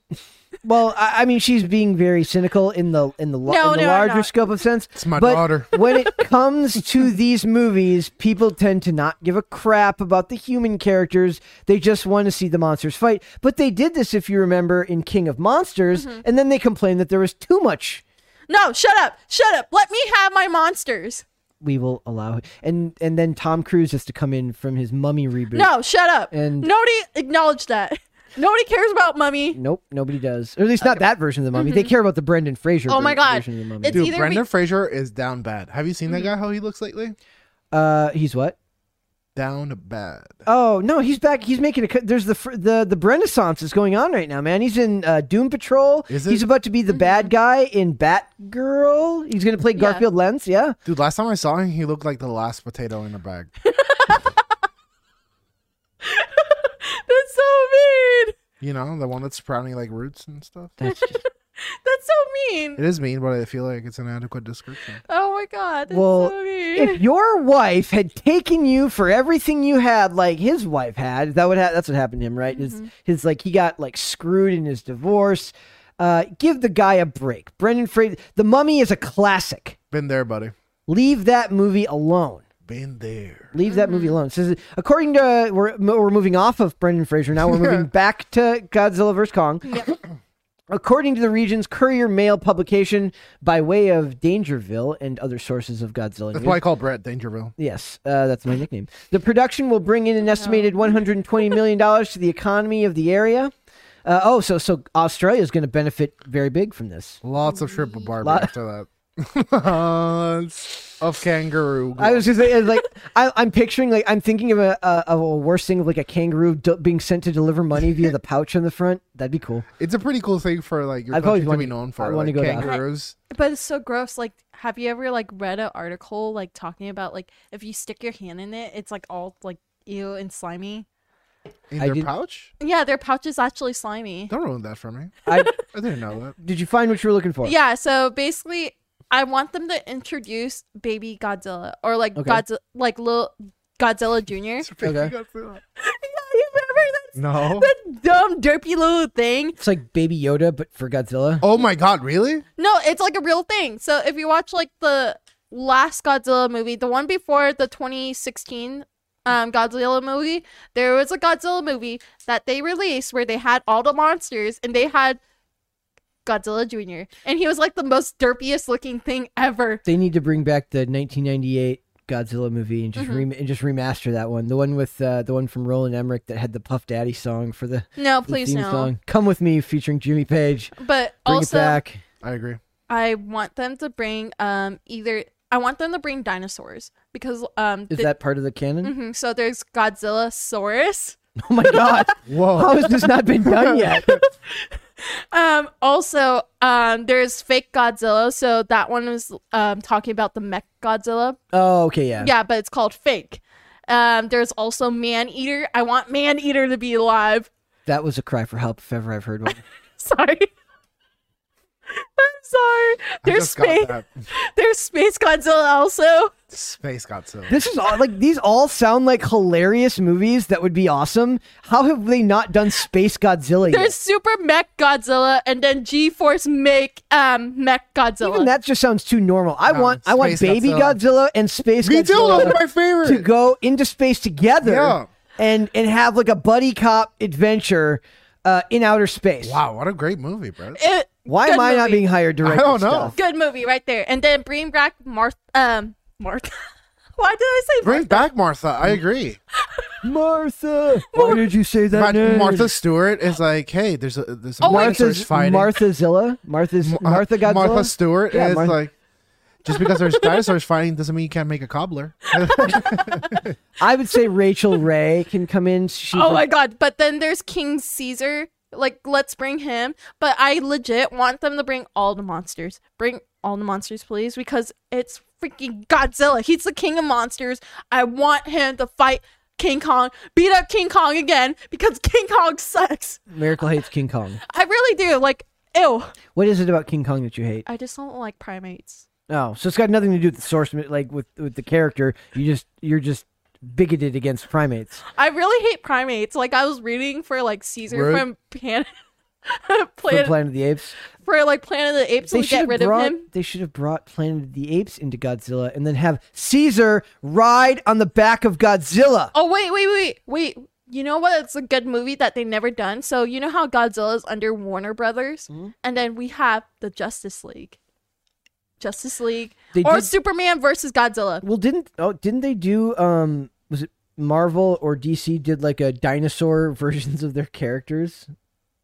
S1: Well, I, I mean, she's being very cynical in the in the, lo-
S2: No,
S1: in the
S2: no, I'm
S1: larger
S2: not.
S1: scope of sense.
S3: It's my
S1: but
S3: daughter.
S1: when it comes to these movies, people tend to not give a crap about the human characters. They just want to see the monsters fight. But they did this, if you remember, in King of Monsters,
S2: Mm-hmm.
S1: and then they complained that there was too much.
S2: No, shut up. Shut up. Let me have my monsters.
S1: We will allow it, and and then Tom Cruise has to come in from his Mummy reboot.
S2: No, shut up.
S1: And-
S2: Nobody acknowledged that. Nobody cares about Mummy.
S1: Nope, nobody does. Or at least not that version of the mummy. They care about the Brendan Fraser.
S2: Uh, mm-hmm. Oh my
S1: ver-
S2: God.
S1: version of the mummy.
S2: It's
S3: Dude,
S2: either be-
S3: Brendan Fraser is down bad. Have you seen
S1: Mm-hmm.
S3: that guy? How he looks lately?
S1: uh, he's what?
S3: Down bad.
S1: Oh no, he's back. He's making a. co- There's the fr- the the Renaissance is going on right now, man. He's in uh, Doom Patrol.
S3: Is it?
S1: he's about to be the bad guy in Batgirl. He's going to play Garfield Lentz. Yeah,
S3: Dude, last time I saw him, he looked like the last potato in a bag.
S2: That's so mean.
S3: You know, the one that's sprouting like roots and stuff.
S1: that's just,
S2: That's so mean.
S3: It is mean, but I feel like it's an adequate description.
S2: Oh my god. That's
S1: Well,
S2: so mean.
S1: if your wife had taken you for everything you had, like his wife had, that would ha- that's what happened to him, right? His his like he got like screwed in his divorce. Uh, give the guy a break. Brendan Fraser. The Mummy is a classic.
S3: Been there, buddy.
S1: Leave that movie alone.
S3: Been there.
S1: Leave that movie alone. It says according to we're we're moving off of Brendan Fraser now. We're moving back to Godzilla vs Kong. According to the region's Courier Mail publication, by way of Dangerville and other sources of Godzilla news.
S3: That's why I call Brett Dangerville.
S1: yes, uh, that's my nickname. The production will bring in an estimated 120 million dollars to the economy of the area. Uh, oh, so so Australia is going to benefit very big from this.
S3: Lots of shrimp with Barbie
S1: Lot-
S3: after that. Lots of kangaroo.
S1: I was just thinking, like, I, I'm picturing, like, I'm thinking of a, a of a worse thing of like a kangaroo d- being sent to deliver money via the pouch on the front. That'd be cool.
S3: it's a pretty cool thing for like your
S1: I've always
S3: country to
S1: wanted-
S3: be known for.
S1: I wanna
S3: like
S1: go to Africa.
S3: kangaroos.
S2: But it's so gross. Like, have you ever like read an article like talking about like if you stick your hand in it, it's like all like ew and slimy.
S3: In
S1: I
S3: their
S1: did-
S3: pouch?
S2: Yeah, their pouch is actually slimy.
S3: Don't ruin that for me.
S1: I,
S3: I didn't know that.
S1: did you find what you were looking for?
S2: Yeah, so basically, I want them to introduce baby Godzilla or like
S1: Okay.
S2: Godzilla, like little Godzilla Junior.
S1: Okay.
S2: you remember
S3: No.
S2: that dumb derpy little thing?
S1: It's like Baby Yoda, but for Godzilla.
S3: Oh my god, really?
S2: No, it's like a real thing. So if you watch like the last Godzilla movie, the one before the 2016 um, Godzilla movie, there was a Godzilla movie that they released where they had all the monsters and they had Godzilla Jr. and he was like the most derpiest looking thing ever.
S1: They need to bring back the 1998 Godzilla movie and just
S2: Mm-hmm.
S1: rem- and just remaster that one. The one with uh, the one from Roland Emmerich that had the Puff Daddy song for the,
S2: No,
S1: for the
S2: please
S1: theme
S2: no.
S1: song. Come with me, featuring Jimmy Page.
S2: But
S1: Bring it
S2: also,
S1: back.
S3: I agree.
S2: I want them to bring um either I want them to bring dinosaurs because um
S1: Is
S2: the-
S1: that part of the canon?
S2: Mhm, so there's Godzilla Saurus.
S1: Oh my god! How
S3: Whoa.
S1: has this not been done yet?
S2: Um, also, um, there's fake Godzilla. So that one was um, talking about the mech Godzilla.
S1: Oh, okay, yeah.
S2: Yeah, but it's called fake. Um, there's also Man Eater. I want Man Eater to be alive.
S1: That was a cry for help if ever I've heard one.
S2: Sorry. I'm sorry.
S3: I
S2: There's
S3: just got
S2: space.
S3: that.
S2: There's space Godzilla also.
S3: Space Godzilla.
S1: This is all like these all sound like hilarious movies that would be awesome. How have they not done Space Godzilla
S2: There's Super Mech Godzilla, and then G-Force Make um Mech
S1: yet?
S2: Godzilla.
S1: Even that just sounds too normal. I
S3: No,
S1: want I want
S3: Space
S1: Baby Godzilla.
S3: Godzilla.
S1: and Space
S3: Me too, those
S1: Godzilla
S3: are my favorite.
S1: to go into space together
S3: Yeah.
S1: and and have like a buddy cop adventure uh, in outer space.
S3: Wow, what a great movie, bro.
S2: It-
S1: Why am
S2: good
S1: I not
S2: movie.
S1: being hired to
S3: I
S1: write
S3: don't
S1: this
S3: know.
S1: stuff?
S2: Good movie right there. And then bring back Martha. Um, Martha. Why did I say
S3: Bring back Martha. I agree.
S1: Martha, why did you say that
S3: But
S1: name?
S3: Martha Stewart is like, hey, there's a there's a
S2: Oh, wait.
S3: dinosaurs
S1: Martha's
S3: fighting.
S1: Marthazilla. Martha's
S3: Uh,
S1: Martha Godzilla.
S3: Martha Stewart
S1: Yeah,
S3: is
S1: Martha-
S3: like, just because there's dinosaurs fighting doesn't mean you can't make a cobbler.
S1: I would say Rachel Ray can come in. She's
S2: Oh
S1: like-
S2: my god! But then there's King Caesar. Like, let's bring him. But I legit want them to bring all the monsters. Bring all the monsters, please, because it's freaking Godzilla. He's the king of monsters. I want him to fight King Kong, beat up King Kong again because King Kong sucks.
S1: Miracle hates King Kong.
S2: I really do. Like, ew.
S1: What is it about King Kong that you hate?
S2: I just don't like primates.
S1: Oh, so it's got nothing to do with the source, like with with the character. You just you're just bigoted against primates.
S2: I really hate primates. Like I was reading for like Caesar
S3: Word.
S2: from Pan-
S1: From
S2: Planet
S1: Planet of the Apes.
S2: for like Planet of the Apes and
S1: should
S2: get
S1: have
S2: rid
S1: brought,
S2: of him.
S1: They should have brought Planet of the Apes into Godzilla and then have Caesar ride on the back of Godzilla.
S2: Oh wait, wait, wait, wait. You know what? It's a good movie that they never done. So you know how Godzilla is under Warner Brothers,
S1: Mm-hmm.
S2: and then we have the Justice League, Justice League,
S1: They
S2: or
S1: did-
S2: Superman versus Godzilla.
S1: Well, didn't oh didn't they do um was it Marvel or DC did like a dinosaur versions of their characters?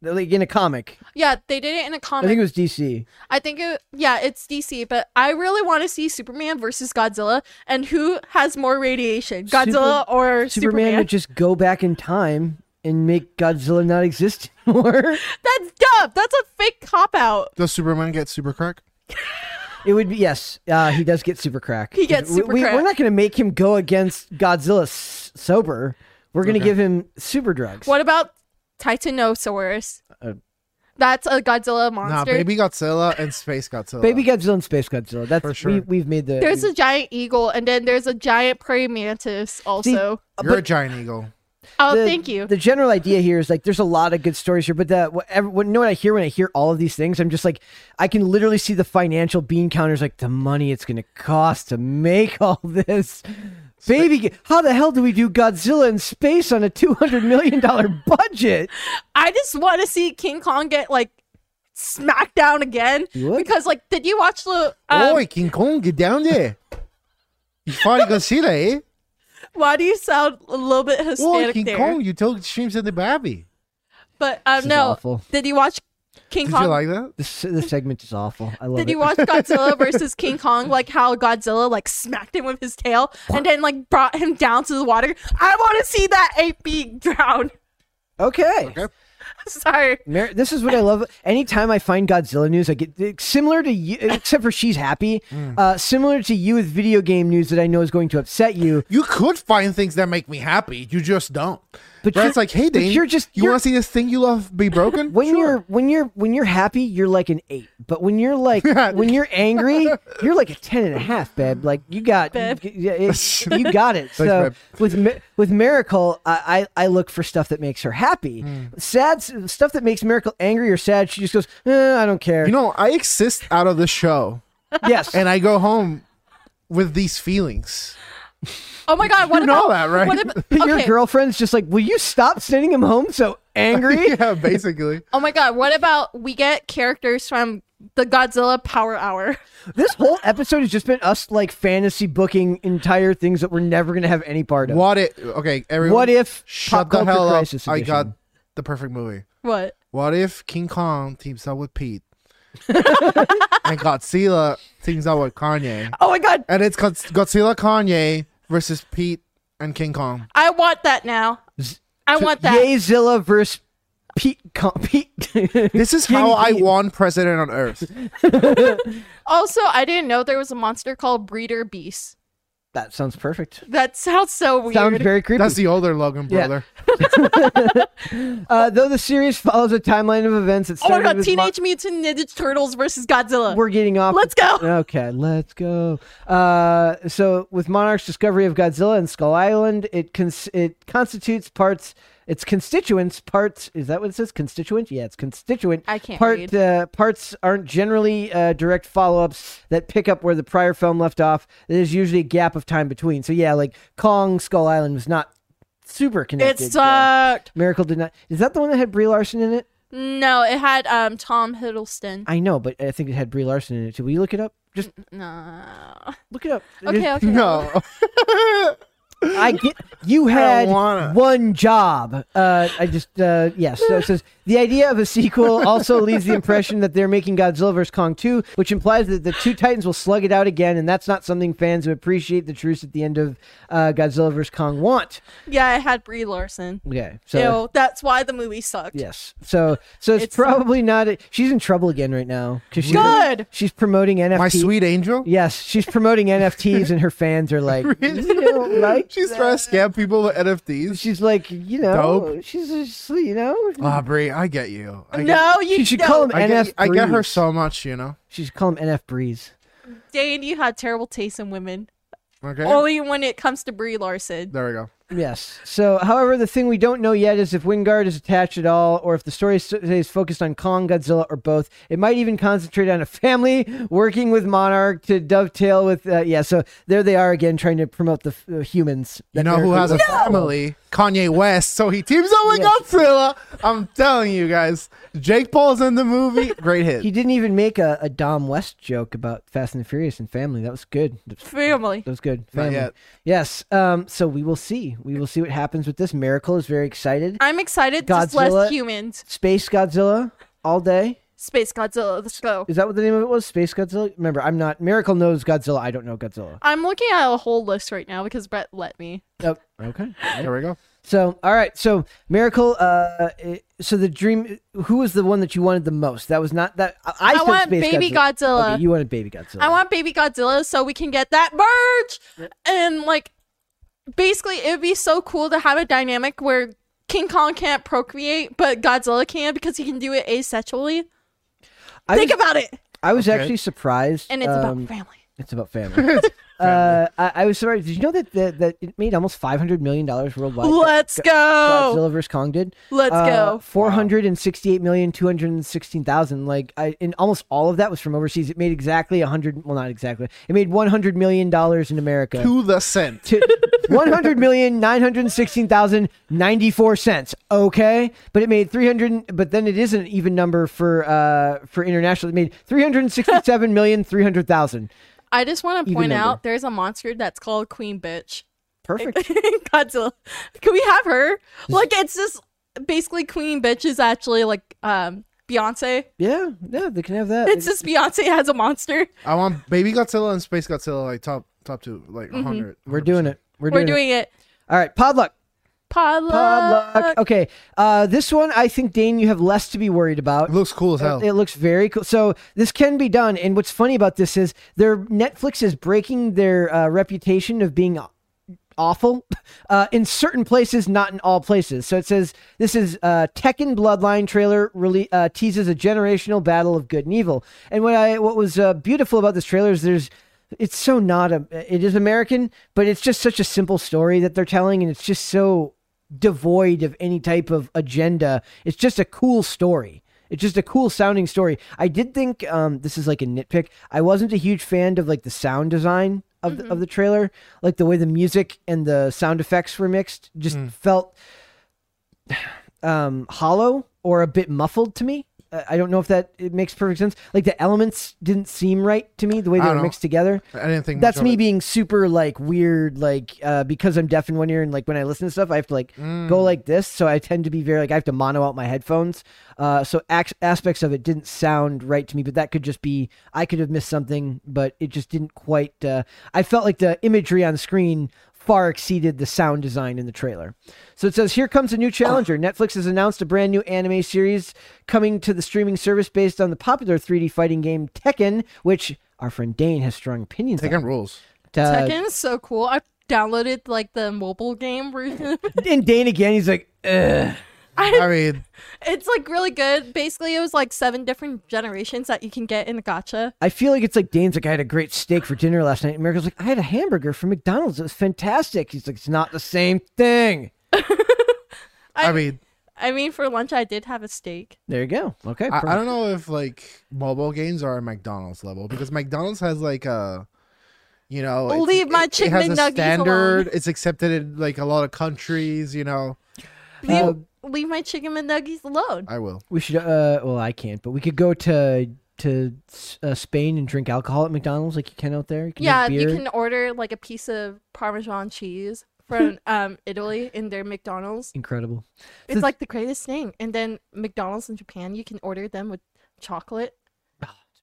S1: Like in a comic.
S2: Yeah, they did it in a
S1: I
S2: comic.
S1: think it was DC.
S2: I think it, yeah, it's DC, but I really want to see Superman versus Godzilla, and who has more radiation, Godzilla
S1: Superman,
S2: or Superman?
S1: would just go back in time and make Godzilla not exist anymore.
S2: That's dumb. That's a fake cop out.
S3: Does Superman get super crack?
S1: it would be yes. Uh, he does get super crack.
S2: He gets
S1: We-
S2: super
S1: we,
S2: crack.
S1: We're not going to make him go against Godzilla s- sober. We're going to give him super drugs.
S2: What about Titanosaurus?
S1: Uh,
S2: That's a Godzilla monster.
S3: Nah, Baby Godzilla and Space Godzilla.
S1: Baby Godzilla and Space Godzilla. That's
S3: For sure.
S1: we, we've made the.
S2: There's
S1: we-
S2: a giant eagle, and then there's a giant praying mantis. Also,
S3: You're a giant eagle.
S2: oh,
S1: the-
S2: thank you.
S1: The general idea here is like there's a lot of good stories here, but the what, ev- what you know what I hear when I hear all of these things, I'm just like I can literally see the financial bean counters, like the money it's going to cost to make all this. Baby, how the hell do we do Godzilla in space on a two hundred million dollar budget?
S2: I just want to see King Kong get like smacked down again
S1: You would?
S2: because, like, did you watch the? Um,
S3: Oi, King Kong, get down there. You fighting Godzilla, eh?
S2: Why do you sound a little bit
S3: Oi,
S2: Hispanic
S3: King
S2: there?
S3: Kong, you told streams in the baby.
S2: But um,
S1: is
S2: no,
S1: awful.
S2: did you watch King
S3: Did
S2: Kong?
S3: you like that?
S1: This this segment is awful. I love
S2: did
S1: it.
S2: you watch Godzilla versus King Kong? Like how Godzilla like smacked him with his tail and then like brought him down to the water. I want to see that ape being drowned.
S1: okay.
S2: Sorry.
S1: Mar- this is what I love. Anytime I find Godzilla news, I get similar to you, except for she's happy. Uh, similar to you with video game news that I know is going to upset you.
S3: You could find things that make me happy. You just don't.
S1: But
S3: But
S1: you're-
S3: it's like, hey,
S1: but
S3: Dane,
S1: you're just-
S3: you
S1: you're-
S3: want to see this thing you love be broken?
S1: When you're when you're when you're happy, you're like an eight. But when you're like when you're angry, you're like a ten and a half, babe. Like you got
S2: Babe.
S1: You, yeah, it- you got it. so
S3: babe.
S1: with Mi- with Miracle, I, I I look for stuff that makes her happy.
S3: Hmm.
S1: Sad s- stuff that makes Miracle angry or sad. She just goes, eh, I don't care.
S3: you know, I exist out of the show,
S1: yes,
S3: and I go home with these feelings.
S2: Oh my god. What
S3: You
S2: about
S3: know that, right?
S2: What about,
S1: your
S2: okay.
S1: girlfriend's just like, will you stop sending him home so angry?
S3: yeah, basically.
S2: Oh my god. What about we get characters from the Godzilla Power Hour?
S1: This whole episode has just been us like fantasy booking entire things that we're never gonna have any part of.
S3: What if? Okay, everyone.
S1: What if
S3: Shut
S1: pop
S3: the
S1: culture
S3: hell up!
S1: crisis
S3: I
S1: edition?
S3: got the perfect movie.
S2: What?
S3: What if King Kong teams up with Pete, and Godzilla teams up with Kanye,
S2: Oh my god.
S3: and it's Godz- Godzilla Kanye versus Pete and King Kong?
S2: I want that now. I want that.
S1: Yeezilla versus Pete. Com- Pete.
S3: This is how I won president on Earth.
S2: Also, I didn't know there was a monster called Breeder Beast.
S1: that sounds perfect.
S2: That sounds so weird.
S1: Sounds very creepy.
S3: That's the older Logan
S1: Yeah.
S3: brother.
S1: uh, though the series follows a timeline of events that
S2: oh my
S1: started
S2: god,
S1: with mon-
S2: Teenage Mutant Ninja Turtles versus Godzilla.
S1: we're getting off.
S2: Let's go.
S1: Okay, let's go. Uh, so, with Monarch's discovery of Godzilla and Skull Island, it cons- it constitutes parts. Its constituents parts is that what it says? Constituent? Yeah, it's constituent.
S2: I can't
S1: part
S2: read.
S1: uh, parts aren't generally uh, direct follow ups that pick up where the prior film left off. There's usually a gap of time between. So yeah, like Kong Skull Island was not super
S2: It
S1: connected. uh,
S2: sucked.
S1: Miracle did not. Is that the one that had Brie Larson in it?
S2: No, it had um Tom Hiddleston.
S1: I know, but I think it had Brie Larson in it too. Will you look it up? Just
S2: No.
S1: look it up.
S2: Okay, okay.
S3: No,
S1: I get you had
S3: wanna.
S1: one job. Uh, I just uh, yes. So it says the idea of a sequel also leaves the impression that they're making Godzilla vs Kong 2, which implies that the two titans will slug it out again, and that's not something fans who appreciate the truce at the end of uh, Godzilla vs Kong want.
S2: Yeah, it had Brie Larson.
S1: Okay,
S2: So,
S1: so
S2: that's why the movie sucked.
S1: yes, so so it's,
S2: It's-
S1: probably not. A, she's in trouble again right now because she's,
S2: Good.
S1: she's promoting NFTs.
S3: my sweet angel.
S1: Yes, she's promoting NFTs, and her fans are like, "You don't like
S3: She's trying to scam people with NFTs.
S1: She's like, you know,
S3: Dope.
S1: she's just, you know,
S3: Ah, Brie, I get you. I get,
S2: No, you
S1: she should call him
S3: I
S1: NF.
S3: get, I get her
S1: Breeze.
S3: so much, you know.
S1: She should call him NF Breeze.
S2: Dane, you had terrible taste in women.
S3: Okay.
S2: Only when it comes to Brie Larson.
S3: There we go.
S1: Yes. So, however, the thing we don't know yet is if Wingard is attached at all, or if the story s- stays focused on Kong, Godzilla, or both. It might even concentrate on a family working with Monarch to dovetail with. Uh, yeah. So there they are again, trying to promote the f- uh, humans.
S3: You know who has a family? Kanye West. So he teams up with Godzilla. I'm telling you guys, Jake Paul's in the movie. Great
S1: He
S3: hit.
S1: didn't even make a, a Dom West joke about Fast and the Furious and family. That was good. That was-
S2: Family.
S1: That was good.
S3: Not
S1: Family.
S3: yet.
S1: Yes. Um, so we will see. We will see what happens with this. Miracle is very excited.
S2: I'm excited. Just less
S1: Godzilla.
S2: humans.
S1: Space Godzilla all day.
S2: Space Godzilla. Let's go.
S1: Is that what the name of it was? Space Godzilla? Remember, I'm not. Miracle knows Godzilla. I don't know Godzilla.
S2: I'm looking at a whole list right now because Brett let me.
S1: Oh, okay.
S3: There we go.
S1: So, all right. So, Miracle. Uh, eh, so the dream. Who was the one that you wanted the most? That was not that. I, I
S2: I
S1: said
S2: want
S1: Space
S2: Baby
S1: Godzilla.
S2: Godzilla.
S1: Okay, you wanted Baby Godzilla.
S2: I want Baby Godzilla so we can get that merge. And like, basically, it would be so cool to have a dynamic where King Kong can't procreate, but Godzilla can because he can do it asexually.
S1: I
S2: Think
S1: was,
S2: about it.
S1: I was
S3: Okay.
S1: actually surprised.
S2: And it's
S1: um,
S2: about family.
S1: It's about family. uh, I, I was sorry. Did you know that, that that it made almost five hundred million dollars worldwide?
S2: Let's go.
S1: Godzilla vs Kong did. Uh,
S2: Let's go.
S1: Four hundred and sixty-eight million two hundred and sixteen thousand. Like, I and almost all of that was from overseas. It made exactly a hundred. Well, not exactly. It made one hundred million dollars in America.
S3: To the cent.
S1: One hundred million nine hundred sixteen thousand ninety-four cents. Okay, but it made three hundred. But then it is an even number for uh for international. It made three hundred sixty-seven million three hundred thousand.
S2: I just want to
S1: Even
S2: point
S1: number.
S2: out there's a monster that's called Queen Bitch.
S1: Perfect.
S2: Godzilla. Can we have her? Like, it's just basically Queen Bitch is actually like um Beyonce.
S1: Yeah, yeah, they can have that.
S2: It's just Beyonce has a monster.
S3: I want Baby Godzilla and Space Godzilla like top top two, like 100.
S1: Mm-hmm. We're doing it. We're doing,
S2: We're doing it.
S1: it. All right, Podluck.
S2: Podluck.
S1: Podluck. Okay, uh, this one I think Dane, you have less to be worried about.
S3: It looks cool as hell.
S1: It looks very cool. So this can be done. And what's funny about this is their Netflix is breaking their uh, reputation of being awful uh, in certain places, not in all places. So it says this is uh, Tekken Bloodline trailer really uh, teases a generational battle of good and evil. And what I what was uh, beautiful about this trailer is there's it's so not a it is American, but it's just such a simple story that they're telling, and it's just so devoid of any type of agenda. It's just a cool story. It's just a cool sounding story. I did think um, this is like a nitpick. I wasn't a huge fan of like the sound design of the,
S3: Mm-hmm.
S1: of the trailer, like the way the music and the sound effects were mixed. Just
S3: Mm.
S1: felt um, hollow or a bit muffled to me. Uh, I don't know if that it makes perfect sense. Like the elements didn't seem right to me the way
S3: I
S1: they were
S3: don't know.
S1: mixed together.
S3: I didn't think
S1: That's
S3: much of
S1: me
S3: it.
S1: being super like weird, like uh, because I'm deaf in one ear, and like when I listen to stuff, I have to like
S3: Mm.
S1: go like this. So I tend to be very like I have to mono out my headphones. Uh, so ac- aspects of it didn't sound right to me, but that could just be I could have missed something, but it just didn't quite. Uh, I felt like the imagery on screen far exceeded the sound design in the trailer. So it says, Here comes a new challenger. Netflix has announced a brand new anime series coming to the streaming service based on the popular 3D fighting game Tekken, which our friend Dane has strong opinions
S3: Taking rules.
S1: on. Uh,
S2: Tekken is so cool. I downloaded like the mobile game version.
S1: And Dane again, he's like, Ugh.
S3: I mean,
S2: it's like really good. Basically, it was like seven different generations that you can get in the gotcha.
S1: I feel like it's like Dane's like, I had a great steak for dinner last night. And Miracle's like, I had a hamburger from McDonald's. It was fantastic. He's like, It's not the same thing.
S3: I mean,
S2: I mean, for lunch I did have a steak.
S1: There you go. Okay.
S3: I,
S1: perfect.
S3: I don't know if like mobile games are at McDonald's level because McDonald's has like a, you know, it's-
S2: Leave my
S3: it, it has
S2: chicken
S3: a
S2: McNuggets
S3: standard. It's accepted in like a lot of countries. You know,
S2: Leave,
S1: Uh,
S2: leave my chicken McNuggets alone.
S3: I will.
S1: We should. Uh, well, I can't, but we could go to to uh, Spain and drink alcohol at McDonald's like you can out there. You can
S2: yeah,
S1: have
S2: you
S1: beer.
S2: can order like a piece of Parmesan cheese from um Italy in their McDonald's.
S1: Incredible.
S2: It's like the greatest thing. And then McDonald's in Japan, you can order them with chocolate.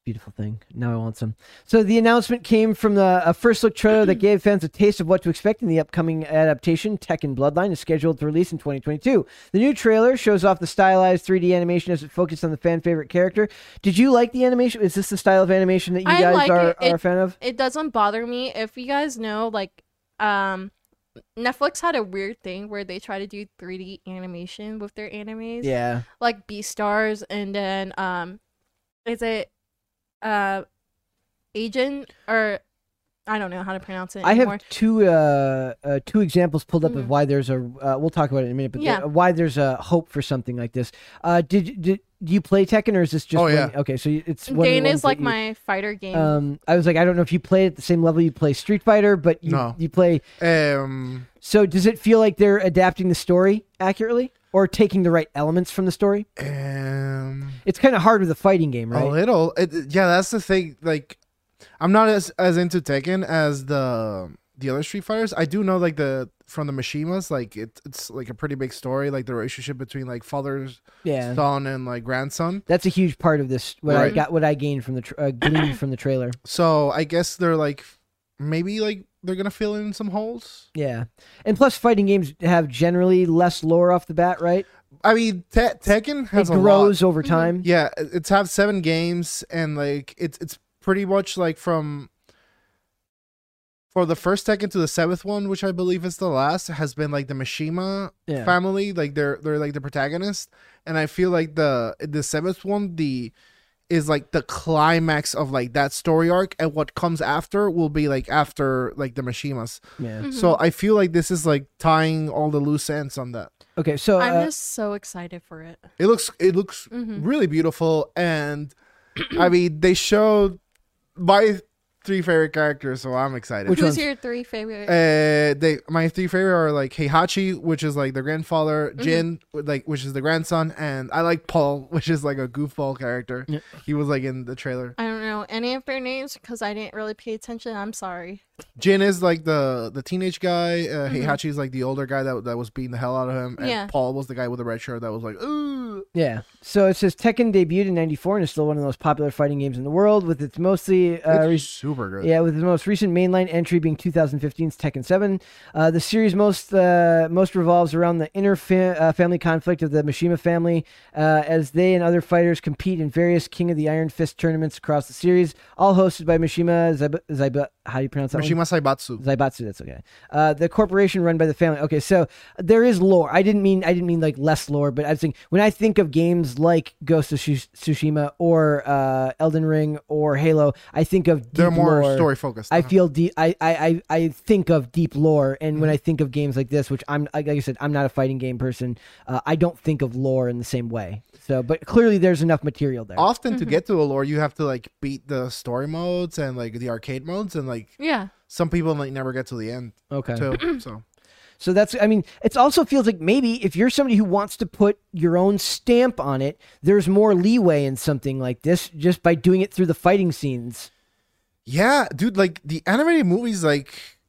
S1: Beautiful thing. Now I want some. So the announcement came from the a first look trailer that gave fans a taste of what to expect in the upcoming adaptation. Tekken Bloodline is scheduled to release in 2022. The new trailer shows off the stylized 3D animation as it focused on the fan favorite character. Did you like the animation? Is this the style of animation that you
S2: I
S1: guys
S2: like
S1: are,
S2: it. It-
S1: are a fan of?
S2: it doesn't bother me if you guys know like um Netflix had a weird thing where they try to do 3D animation with their animes.
S1: Yeah.
S2: Like Beastars and then um is it uh Agent or I don't know how to pronounce it
S1: I
S2: anymore.
S1: have two uh, uh, two examples pulled up of why there's a. Uh, we'll talk about it in a minute, but the-
S2: Mm-hmm. Yeah.
S1: why there's a hope for something like this. Uh, did did do you play Tekken or is this just?
S3: Oh,
S1: one-
S3: yeah.
S1: okay, so you- it's one of the
S2: Dane
S1: ones
S2: is
S1: that
S2: like
S1: you-
S2: my fighter game.
S1: Um, I was like, I don't know if you play at the same level you play Street Fighter, but you
S3: No.
S1: you play.
S3: Um,
S1: So does it feel like they're adapting the story accurately or taking the right elements from the story?
S3: um,
S1: It's kind of hard with a fighting game,
S3: a
S1: right?
S3: little. It, it- yeah, that's the thing. Like, I'm not as as into Tekken as the the other Street Fighters. I do know like the from the Mishimas, like it, it's like a pretty big story, like the relationship between like father's
S1: Yeah.
S3: son and like grandson.
S1: That's a huge part of this. What I
S3: Right.
S1: got, what I gained from the tra- uh, gleaned from the trailer.
S3: So I guess they're like, maybe like they're gonna fill in some holes.
S1: Yeah, and plus, fighting games have generally less lore off the bat, right?
S3: I mean, Te- Tekken has
S1: it
S3: a lot. Mm-hmm.
S1: grows over time.
S3: Yeah, it- it's have seven games, and like it's it's pretty much like from for the first Tekken to the seventh one, which I believe is the last, has been like the Mishima
S1: Yeah.
S3: family, like they're they're like the protagonist, and I feel like the the seventh one the is like the climax of like that story arc, and what comes after will be like after like the Mishimas.
S1: Yeah.
S3: So I feel like this is like tying all the loose ends on that.
S1: Okay, so
S2: I'm
S1: uh,
S2: just so excited for it.
S3: It looks it looks
S2: Mm-hmm.
S3: really beautiful, and I mean they showed my three favorite characters, so I'm excited.
S1: Which
S2: Who's
S1: ones?
S2: your three favorite?
S3: uh, they my three favorite are like Heihachi, which is like the grandfather, Jin, with, like which is the grandson, and I like Paul, which is like a goofball character. He was like in the trailer.
S2: I don't know any of their names because I didn't really pay attention. I'm sorry.
S3: Jin is like the the teenage guy. Uh, Heihachi is like the older guy that that was beating the hell out of him, and
S2: Yeah.
S3: Paul was the guy with the red shirt that was like ooh.
S1: yeah, so it says Tekken debuted in '94 and is still one of the most popular fighting games in the world, with its mostly uh,
S3: It's super good.
S1: Yeah, with the most recent mainline entry being 2015's Tekken 7. Uh, the series most uh, most revolves around the inner fa- uh, family conflict of the Mishima family uh, as they and other fighters compete in various King of the Iron Fist tournaments across the series, all hosted by Mishima Zaib- Zaib- how do you pronounce that one?
S3: Mishima Saibatsu.
S1: Zaibatsu, that's okay. Uh, the corporation run by the family. Okay, so there is lore. I didn't mean I didn't mean like less lore, but I was thinking when I think of games like Ghost of Tsush- Tsushima or uh, Elden Ring or Halo, I think of deep
S3: They're more
S1: lore.
S3: story focused.
S1: I feel deep. I, I I I think of deep lore, and when I think of games like this, which I'm like I said, I'm not a fighting game person. Uh, I don't think of lore in the same way. So, but clearly there's enough material there.
S3: often
S2: Mm-hmm.
S3: to get to a lore you have to like beat the story modes and like the arcade modes and like
S2: Yeah.
S3: some people like never get to the end
S1: Okay.
S3: too so
S1: So that's, I mean, it also feels like maybe if you're somebody who wants to put your own stamp on it, there's more leeway in something like this just by doing it through the fighting scenes.
S3: yeah dude like the animated movies like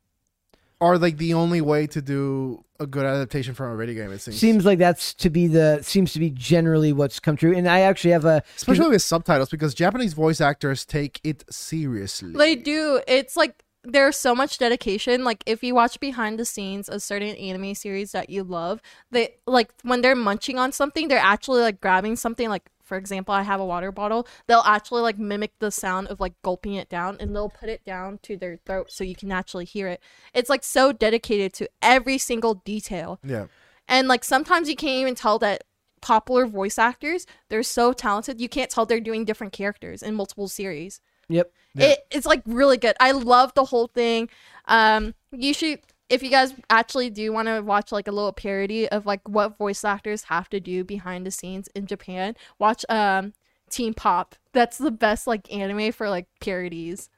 S3: are like the only way to do a good adaptation from a video game it seems,
S1: Seems like that's to be the, seems to be generally what's come true. And I actually have a,
S3: especially with subtitles because japanese voice actors take it seriously
S2: They do. It's like there's so much dedication. Like if you watch behind the scenes of certain anime series that you love, they like when they're munching on something, they're actually like grabbing something like for example, I have a water bottle. They'll actually like mimic the sound of like gulping it down and they'll put it down to their throat so you can actually hear it. It's like so dedicated to every single detail.
S3: yeah
S2: And like sometimes you can't even tell that popular voice actors, they're so talented, you can't tell they're doing different characters in multiple series.
S1: yep.
S2: It, it's like really good. I love the whole thing. Um, you should if you guys actually do want to watch like a little parody of like what voice actors have to do behind the scenes in Japan, watch um Team Pop. That's the best like anime for like parodies.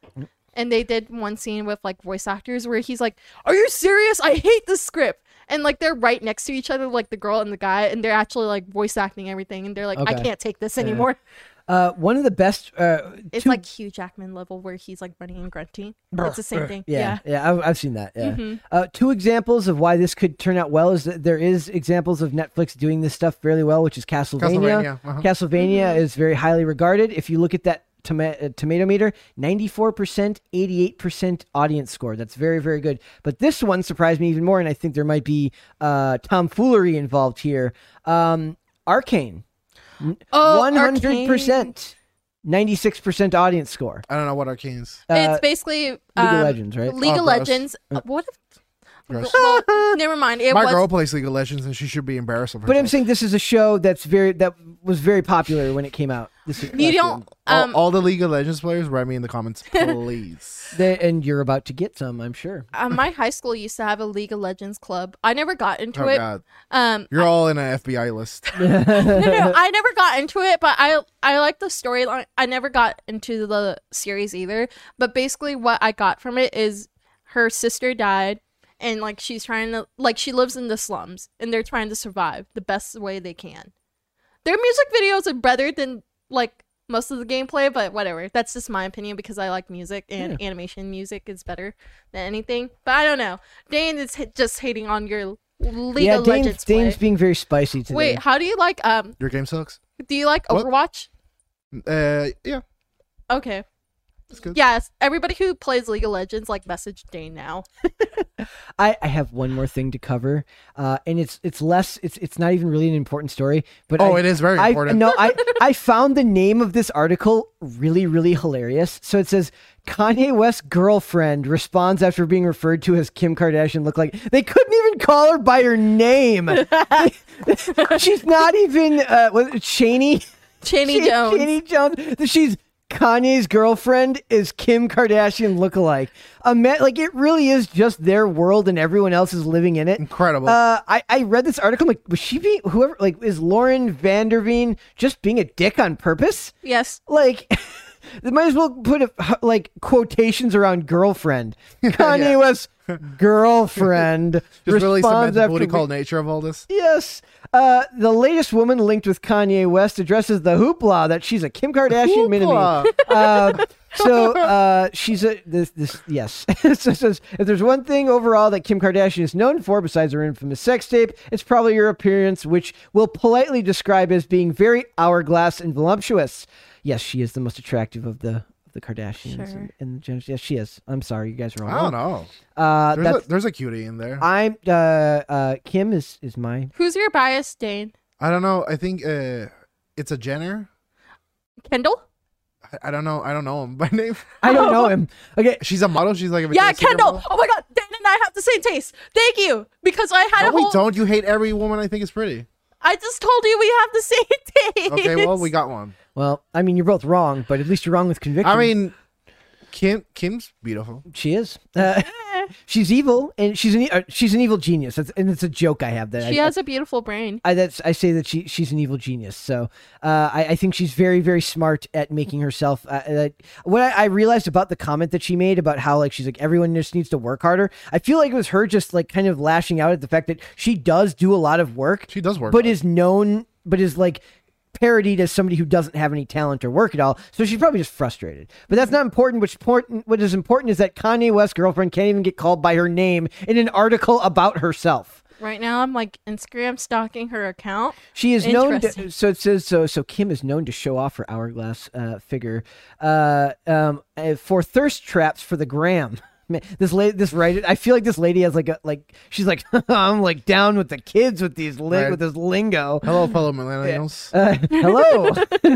S2: And they did one scene with like voice actors where he's like, "Are you serious? I hate this script." And like they're right next to each other, like the girl and the guy, and they're actually like voice acting everything, and they're like, "I
S1: Okay.
S2: can't take this anymore."
S1: Uh, one of the best, uh,
S2: It's
S1: two-
S2: like Hugh Jackman level where he's like running and grunting. It's the same thing.
S1: Yeah,
S2: Yeah. Mm-hmm.
S1: yeah, I've, I've seen that. Yeah, uh, two examples of why this could turn out well is that there is examples of Netflix doing this stuff fairly well, which is Castlevania.
S3: Castlevania, uh-huh.
S1: Castlevania
S2: Mm-hmm.
S1: is very highly regarded. If you look at that toma- uh, tomato meter, ninety-four percent, eighty-eight percent audience score. That's very, very good. But this one surprised me even more, and I think there might be uh, tomfoolery involved here. Um, Arcane,
S2: Oh,
S1: one hundred percent, ninety-six percent audience score.
S3: i don't know what arcane is
S2: Arcane.
S1: Uh,
S2: It's basically League
S1: of Legends, right?
S2: League
S3: Oh,
S2: of
S3: gross.
S2: Legends. Uh, What? If,
S3: Gross.
S2: well, never mind. It
S3: my
S2: was
S3: girl plays league of legends and she should be embarrassed of herself.
S1: But I'm saying this is a show that's very that was very popular when it came out. This is
S2: You don't.
S3: All-
S2: Um,
S3: all, the League of Legends players, write me in the comments, please.
S1: They, and you're about to get some, I'm sure.
S2: uh, my high school used to have a League of Legends club. I never got into
S3: oh
S2: it.
S3: God,
S2: Um,
S3: you're all in an FBI list.
S2: no, no, I never got into it, but I I like the storyline. I never got into the series either. But basically, what I got from it is her sister died, and like she's trying to like she lives in the slums, and they're trying to survive the best way they can. Their music videos are better than like most of the gameplay, but whatever. That's just my opinion because I like music and animation. Music is better than anything. But I don't know. Dane is h- just hating on your League
S1: yeah,
S2: of
S1: Dane-
S2: Legends play.
S1: Dane's being very spicy today.
S2: Wait, how do you like um
S3: Your game sucks.
S2: do you like
S3: What?
S2: Overwatch?
S3: Uh, yeah,
S2: Okay.
S3: that's good.
S2: Yes. Everybody who plays League of Legends like message Dane now.
S1: I, I have one more thing to cover, uh, and it's it's less it's it's not even really an important story, but
S3: Oh,
S1: I,
S3: it is very
S1: I,
S3: important.
S1: No, I I found the name of this article really really hilarious. So it says Kanye West's girlfriend responds after being referred to as Kim Kardashian. Look like they couldn't even call her by her name. She's not even uh, was it Cheney.
S2: Chaney
S1: She-
S2: Jones.
S1: Jenny Jones. That She's Kanye's girlfriend is Kim Kardashian lookalike. A man, like it really is just their world and everyone else is living in it.
S3: Incredible.
S1: Uh, I, I read this article. I'm like, was she being whoever? Like, is Lauren Vanderveen just being a dick on purpose?
S2: Yes.
S1: Like, they might as well put a, like quotations around girlfriend. Kanye
S3: Yeah.
S1: West girlfriend
S3: Just really cement
S1: responds
S3: the
S1: after
S3: booty
S1: being-
S3: call nature of all this.
S1: Yes. Uh, the latest woman linked with Kanye West addresses the hoopla that she's a Kim Kardashian
S3: Hoopla.
S1: minimi. Uh, so uh, she's a this this yes. so it says if there's one thing overall that Kim Kardashian is known for besides her infamous sex tape, it's probably your appearance, which we'll politely describe as being very hourglass and voluptuous. Yes, she is the most attractive of the of the Kardashians
S2: Sure.
S1: and, and the Jenners. Yes, she is. I'm sorry, you guys are wrong.
S3: I don't know.
S1: Uh,
S3: There's
S1: that's,
S3: a, there's a cutie in there. I,
S1: I'm uh, uh, Kim is is my
S2: Who's your bias, Dane?
S3: don't know. I think uh, it's a Jenner.
S2: Kendall?
S3: I, I don't know. I don't know him by name.
S1: I don't know him. Okay,
S3: She's a model. She's like a
S2: yeah,
S3: Victoria's Secret
S2: Kendall.
S3: model.
S2: Oh my god, Dane and I have the same taste. Thank you. Because I had
S3: No,
S2: a whole
S3: we don't. You hate every woman I think is pretty.
S2: I just told you we have the same taste.
S3: Okay, well, we got one.
S1: Well, I mean, you're both wrong, but at least you're wrong with conviction.
S3: I mean, Kim Kim's beautiful.
S1: she is. Uh, she's evil, and she's an e- uh, she's an evil genius. That's, and it's a joke I have that
S2: She
S1: I,
S2: has a beautiful brain.
S1: I that's I say that she she's an evil genius. So uh, I, I think she's very very smart at making herself. Uh, uh, what I, I realized about the comment that she made about how like she's like everyone just needs to work harder. I feel like it was her just like kind of lashing out at the fact that she does do a lot of work.
S3: She does work.
S1: but
S3: hard.
S1: is known but is like parodied as somebody who doesn't have any talent or work at all so she's probably just frustrated but that's not important what's important what is important is that kanye west's girlfriend can't even get called by her name in an article about herself
S2: Right now I'm like Instagram stalking her account.
S1: she is known to,
S2: Interesting.
S1: so it says so so kim is known to show off her hourglass uh, figure uh, um, uh, for thirst traps for the gram Man, this lady this right i feel like this lady has like a like she's like i'm like down with the kids with these li-
S3: Right.
S1: with this lingo
S3: Hello, fellow millennials.
S1: Uh, hello.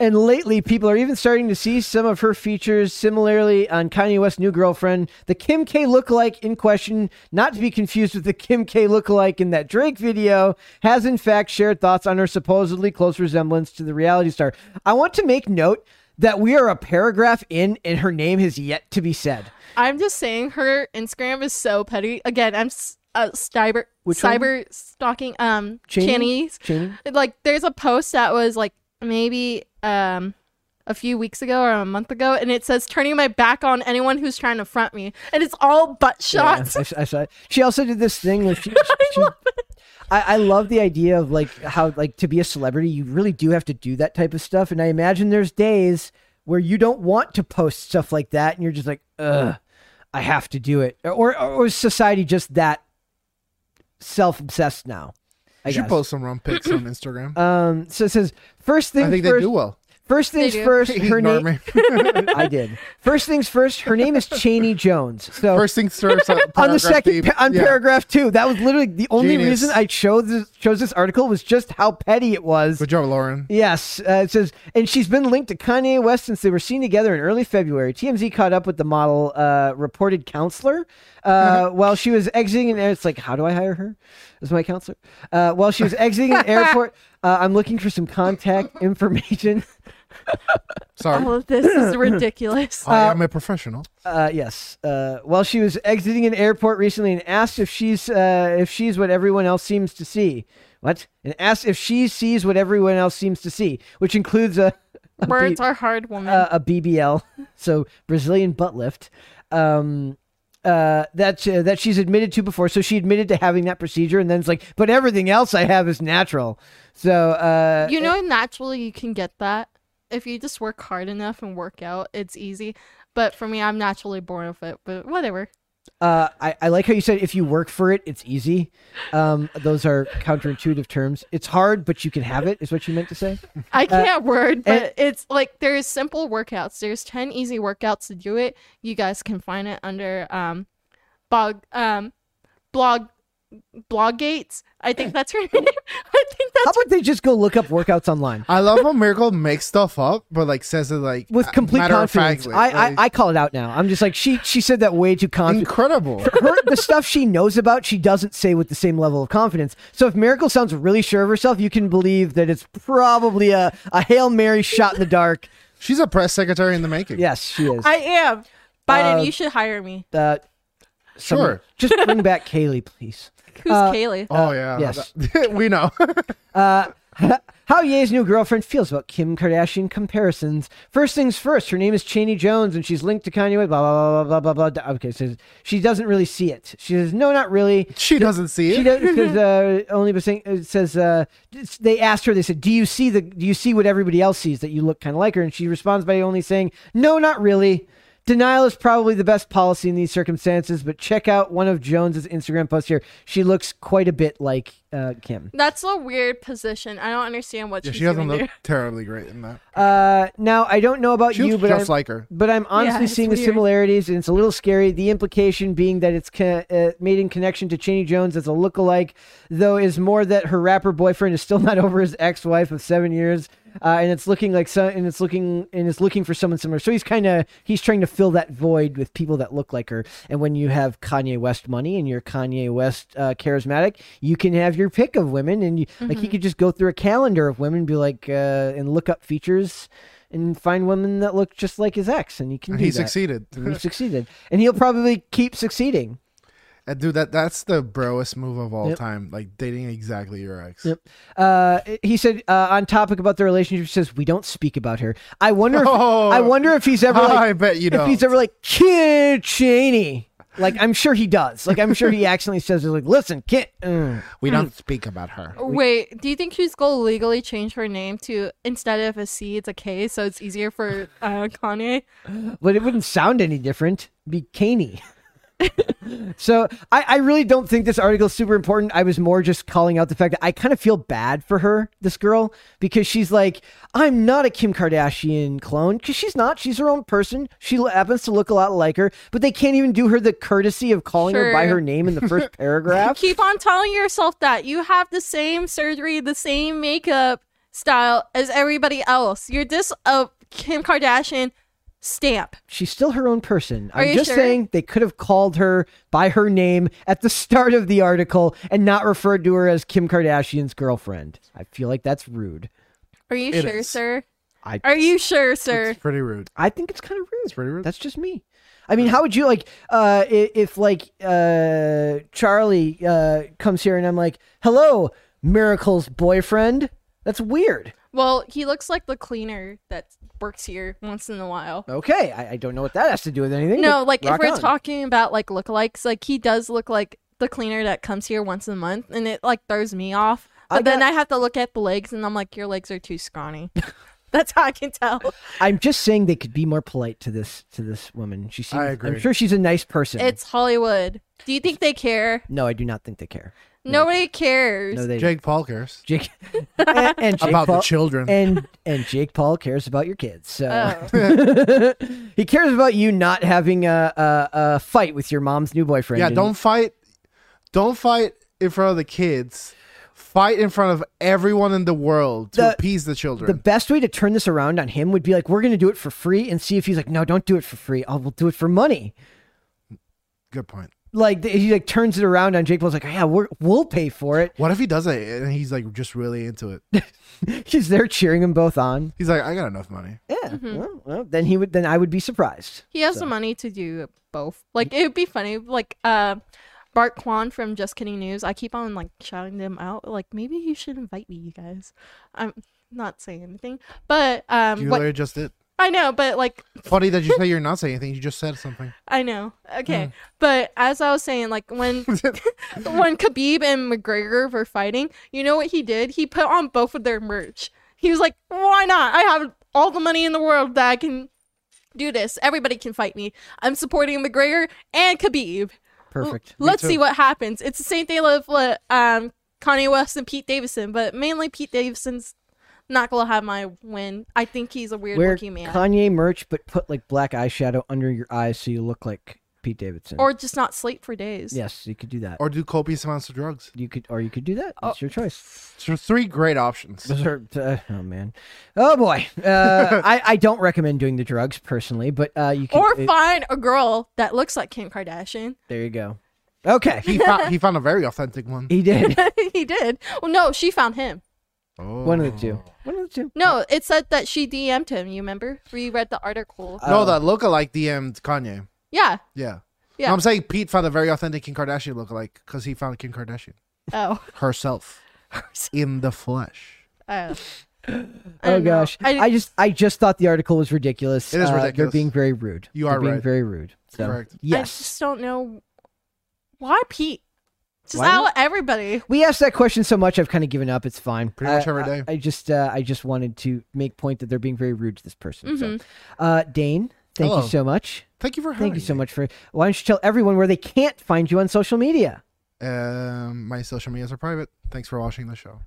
S1: and lately, people are even starting to see some of her features similarly on Kanye West's new girlfriend, the Kim K lookalike in question, not to be confused with the Kim K lookalike in that Drake video, has in fact shared thoughts on her supposedly close resemblance to the reality star. I want to make note that we are a paragraph in and her name has yet to be said.
S2: I'm just saying her Instagram is so petty. Again, I'm s- uh, cyber
S1: Which one?
S2: cyber stalking um
S1: Chaney?
S2: Chaney's.
S1: Cheney?
S2: like there's a post that was like maybe um a few weeks ago or a month ago and it says turning my back on anyone who's trying to front me and it's all butt
S1: Yeah,
S2: shots
S1: I, s- I saw it. She also did this thing where she. she- she- I, love I, love the idea of like how like to be a celebrity, you really do have to do that type of stuff. And I imagine there's days where you don't want to post stuff like that, and you're just like, ugh, I have to do it. Or or, or is society just that self obsessed now? I
S3: you should
S1: guess.
S3: post some rump pics on Instagram.
S1: Um, so it says first thing
S3: I think they
S1: first.
S3: do well.
S1: First things
S2: do.
S1: first. Her
S3: Ignore
S1: name.
S3: me.
S1: I did. First things first. Her name is Cheney Jones. So
S3: First thing serves up
S1: Oh. on the
S3: paragraph
S1: second
S3: deep.
S1: pa- on
S3: Yeah.
S1: paragraph two. That was literally the only
S3: Genius.
S1: reason I chose this, chose this article was just how petty it was.
S3: Good job, Lauren.
S1: Yes, uh, it says, and she's been linked to Kanye West since they were seen together in early February. TMZ caught up with the model uh, reported counselor uh, while she was exiting an air. It's like, how do I hire her as my counselor? Uh, while she was exiting an airport, uh, I'm looking for some contact information.
S3: Sorry.
S1: Uh-huh.
S2: All of this is ridiculous.
S3: I am a professional.
S1: Uh, yes. Uh, well, she was exiting an airport recently and asked if she's uh, if she's what everyone else seems to see. What? And asked if she sees what everyone else seems to see, which includes a a B-
S2: Words are hard, woman.
S1: uh, a BBL, so Brazilian butt lift. Um, uh, that uh, that she's admitted to before, so she admitted to having that procedure, and then it's like, but everything else I have is natural. So uh,
S2: you know, naturally, you can get that if you just work hard enough and work out. It's easy. But for me, I'm naturally born with it. But whatever.
S1: Uh, I, I like how you said if you work for it, it's easy. Um, those are counterintuitive terms. It's hard, but you can have it, is what you meant to say.
S2: I can't word, but it's like there's simple workouts. There's ten easy workouts to do it. You guys can find it under um, blog um, blog bloggates. I think that's her name. I think
S1: How
S2: that's
S1: about they just go look up workouts online
S3: I love how Miracle makes stuff up, but like says it like
S1: with
S3: uh,
S1: complete confidence?
S3: matter-of-factly,
S1: I, I,
S3: like,
S1: I call it out now. I'm just like, she, she said that way too confident.
S3: incredible.
S1: Her, the stuff she knows about, she doesn't say with the same level of confidence. So if Miracle sounds really sure of herself, you can believe that it's probably a, a Hail Mary shot in the dark.
S3: She's a press secretary in the making.
S1: Yes, she is.
S2: I am Biden.
S1: Uh,
S2: you should hire me.
S1: uh, someone-
S3: Sure.
S1: Just bring back Kaylee, please.
S2: Who's Kaylee?
S3: Oh yeah.
S1: Uh, yes.
S3: That- we know.
S1: How Ye's new girlfriend feels about Kim Kardashian comparisons. First things first, her name is Cheney Jones and she's linked to Kanye West, blah, blah, blah, blah, blah, blah. blah. Okay, so she doesn't really see it. She says, no, not really.
S3: she doesn't see
S1: She
S3: it.
S1: does because uh, only was saying it says uh, it's- they asked her. They said, "Do you see the? Do you see what everybody else sees that you look kind of like her?" And she responds by only saying, "No, not really." Denial is probably the best policy in these circumstances. But check out one of Jones's Instagram posts here. She looks quite a bit like uh, Kim.
S2: That's a weird position. I don't understand what
S3: Yeah,
S2: she's
S3: she doesn't
S2: doing
S3: look
S2: there.
S3: terribly great in that.
S1: Uh, now I don't know about
S3: She
S1: you,
S3: looks
S1: but
S3: just
S1: I'm,
S3: like her.
S1: but I'm honestly
S2: Yeah, it's
S1: seeing the
S2: weird.
S1: similarities, and it's a little scary. The implication being that it's co- uh, made in connection to Cheney Jones as a lookalike, though, is more that her rapper boyfriend is still not over his ex-wife of seven years, uh, and it's looking like so, and it's looking and it's looking for someone similar. So he's kind of he's trying to fill that void with people that look like her. And when you have Kanye West money and you're Kanye West uh, charismatic, you can have your pick of women, and you like
S2: Mm-hmm.
S1: he could just go through a calendar of women, be like, uh, and look up features. And find women that look just like his ex, and you can
S3: And
S1: do
S3: he
S1: that.
S3: succeeded.
S1: He succeeded, and he'll probably keep succeeding.
S3: Uh, Dude, that that's the broest move of all
S1: Yep.
S3: time. Like dating exactly your ex.
S1: Yep. Uh, he said uh, on topic about the relationship. He says we don't speak about her. I wonder. If,
S3: Oh.
S1: I wonder if he's ever. Like,
S3: I bet you
S1: if
S3: don't.
S1: he's ever like Kid Cheney. Like I'm sure he does. Like I'm sure he accidentally says like, listen, Kit. mm."
S3: We don't speak about her.
S2: Wait, do you think she's gonna legally change her name to instead of a C, it's a K, so it's easier for uh, Kanye?
S1: but it wouldn't sound any different. It'd be Caney. so I, I really don't think this article is super important. I was more just calling out the fact that I kind of feel bad for her, this girl, because she's like, I'm not a Kim Kardashian clone because she's not. She's her own person. She l- happens to look a lot like her, but they can't even do her the courtesy of calling her by
S2: Sure.
S1: her name in the first paragraph.
S2: Keep on telling yourself that you have the same surgery, the same makeup style as everybody else. You're just a Kim Kardashian stamp.
S1: She's still her own person.
S2: Are
S1: I'm
S2: you
S1: just
S2: sure?
S1: saying they could have called her by her name at the start of the article and not referred to her as Kim Kardashian's girlfriend. I feel like that's rude.
S2: Are you
S3: It
S2: sure,
S3: is.
S2: sir?
S1: I-
S2: Are you sure, sir?
S3: It's pretty rude.
S1: I think it's kind of rude.
S3: It's pretty rude.
S1: That's just me. I mean, how would you like uh, i- if like uh, Charlie uh, comes here and I'm like, "Hello, Miracle's boyfriend." That's weird.
S2: Well, he looks like the cleaner that works here once in a while.
S1: Okay, I, I don't know what that has to do with anything.
S2: No,
S1: but
S2: like if
S1: rock
S2: we're
S1: on.
S2: talking about like lookalikes, like he does look like the cleaner that comes here once a month, and it like throws me off. But
S1: I
S2: then
S1: got-
S2: I have to look at the legs, and I'm like, your legs are too scrawny. That's how I can tell.
S1: I'm just saying they could be more polite to this to this woman. She seems,
S3: I agree.
S1: I'm sure she's a nice person.
S2: It's Hollywood. Do you think they care?
S1: no, I do not think they care.
S2: Nobody cares.
S1: No, they
S3: Jake Paul cares
S1: Jake and, and Jake
S3: about
S1: Paul,
S3: the children.
S1: and and Jake Paul cares about your kids. So
S2: Oh.
S1: he cares about you not having a, a, a fight with your mom's new boyfriend.
S3: yeah,
S1: and-
S3: don't fight. Don't fight in front of the kids. Fight in front of everyone in the world to
S1: The-
S3: appease the
S1: the
S3: children.
S1: best way to turn this around on him would be like, we're going to do it for free and see if he's like, no, don't do it for free. I will do it for money.
S3: Good point.
S1: like th- he like turns it around on Jake Paul's like, "Oh, yeah, we're, we'll pay for it.
S3: What if he does it and he's like just really into it?
S1: He's there cheering them both on.
S3: He's like, I got enough money.
S1: Yeah. Well, well, then he would. Then I would be surprised.
S2: He has the money to do both. Like it would be funny. Like uh, Bart Kwan from Just Kidding News. I keep on like shouting them out. Like maybe you should invite me, you guys. I'm not saying anything, but um,
S3: You
S2: what,
S3: literally just did.
S2: I know. But like
S3: Funny that you say you're not saying anything. You just said something.
S2: I know. Okay, but as I was saying, like when when Khabib and McGregor were fighting, you know what he did? He put on both of their merch. He was like, "Why not? I have all the money in the world that I can." Do this. Everybody can fight me. I'm supporting McGregor and Khabib.
S1: Perfect.
S2: Let's
S3: too.
S2: see what happens. It's the same thing of what um, Kanye West and Pete Davidson, but mainly Pete Davidson's not gonna have my win. I think he's a weird
S1: Wear
S2: looking man,
S1: Kanye merch, but put like black eyeshadow under your eyes so you look like Pete Davidson.
S2: or just not sleep for days.
S1: yes, you could do that.
S3: Or do copious amounts of drugs.
S1: you could, or you could do that.
S2: Oh.
S1: It's your choice.
S3: So three great options.
S1: Those are, uh, oh man, oh boy. Uh, I I don't recommend doing the drugs personally, but uh, you can.
S2: Or
S1: it-
S2: find a girl that looks like Kim Kardashian.
S1: there you go. Okay,
S3: He, found, he found a very authentic one.
S1: he did
S2: he did. Well, no, she found him.
S3: Oh.
S1: one of the two. One of the two.
S2: No, it said that she DM'd him. You remember? We read the article.
S1: Oh.
S3: No, that lookalike DM'd Kanye.
S2: yeah.
S3: Yeah.
S2: Yeah.
S3: No, I'm saying Pete found a very authentic Kim Kardashian lookalike because he found Kim Kardashian
S2: Oh.
S3: herself in the flesh.
S2: oh. I
S1: Oh
S2: don't know.
S1: gosh, I,
S2: I-
S1: just I just thought the article was ridiculous.
S3: It is
S1: Uh, They're
S3: ridiculous.
S1: being very rude.
S3: You
S1: They're
S3: are
S1: being
S3: right.
S1: very rude. So,
S3: Correct.
S2: I
S1: Yes,
S2: just don't know why Pete. Just
S1: Why
S2: out
S1: not?
S2: everybody.
S1: we asked that question so much. I've kind of given up. It's fine.
S3: Pretty much
S1: I-
S3: every
S1: I-
S3: day.
S1: I, just uh, I just wanted to make point that they're being very rude to this person. So, uh, Dane, thank
S3: Hello.
S1: you so much.
S3: Thank you for having
S1: Thank you so
S3: me.
S1: much for. Why don't you tell everyone where they can't find you on social media?
S3: Um, my social medias are private. Thanks for watching the show.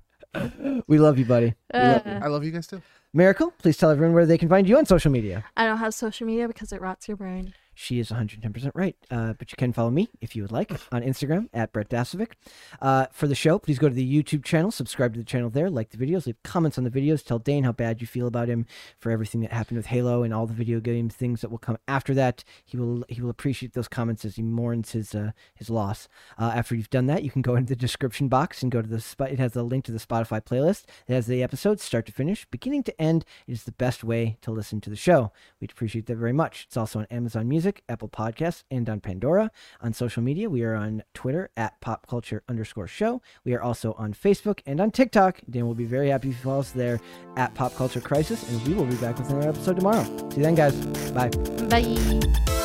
S1: We love you, buddy. We love you.
S2: Uh,
S3: I love you guys too.
S1: Miracle, please tell everyone where they can find you on social media.
S2: I don't have social media because it rots your brain.
S1: She is 110% right. Uh, but you can follow me if you would like on Instagram at Brett Dasovic. Uh, for the show, please go to the YouTube channel, subscribe to the channel there, like the videos, leave comments on the videos, tell Dane how bad you feel about him for everything that happened with Halo and all the video game things that will come after that. He will he will appreciate those comments as he mourns his uh, his loss. Uh, after you've done that, you can go into the description box and go to the spot. It has a link to the Spotify playlist. It has the episodes start to finish, beginning to end. It is the best way to listen to the show. We'd appreciate that very much. It's also on Amazon Music, Apple Podcasts, and on Pandora. On social media, we are on Twitter at pop culture underscore show. We are also on Facebook and on TikTok. Dan will be very happy if you follow us there at pop culture crisis. And we will be back with another episode tomorrow. See you then, guys. Bye.
S2: Bye.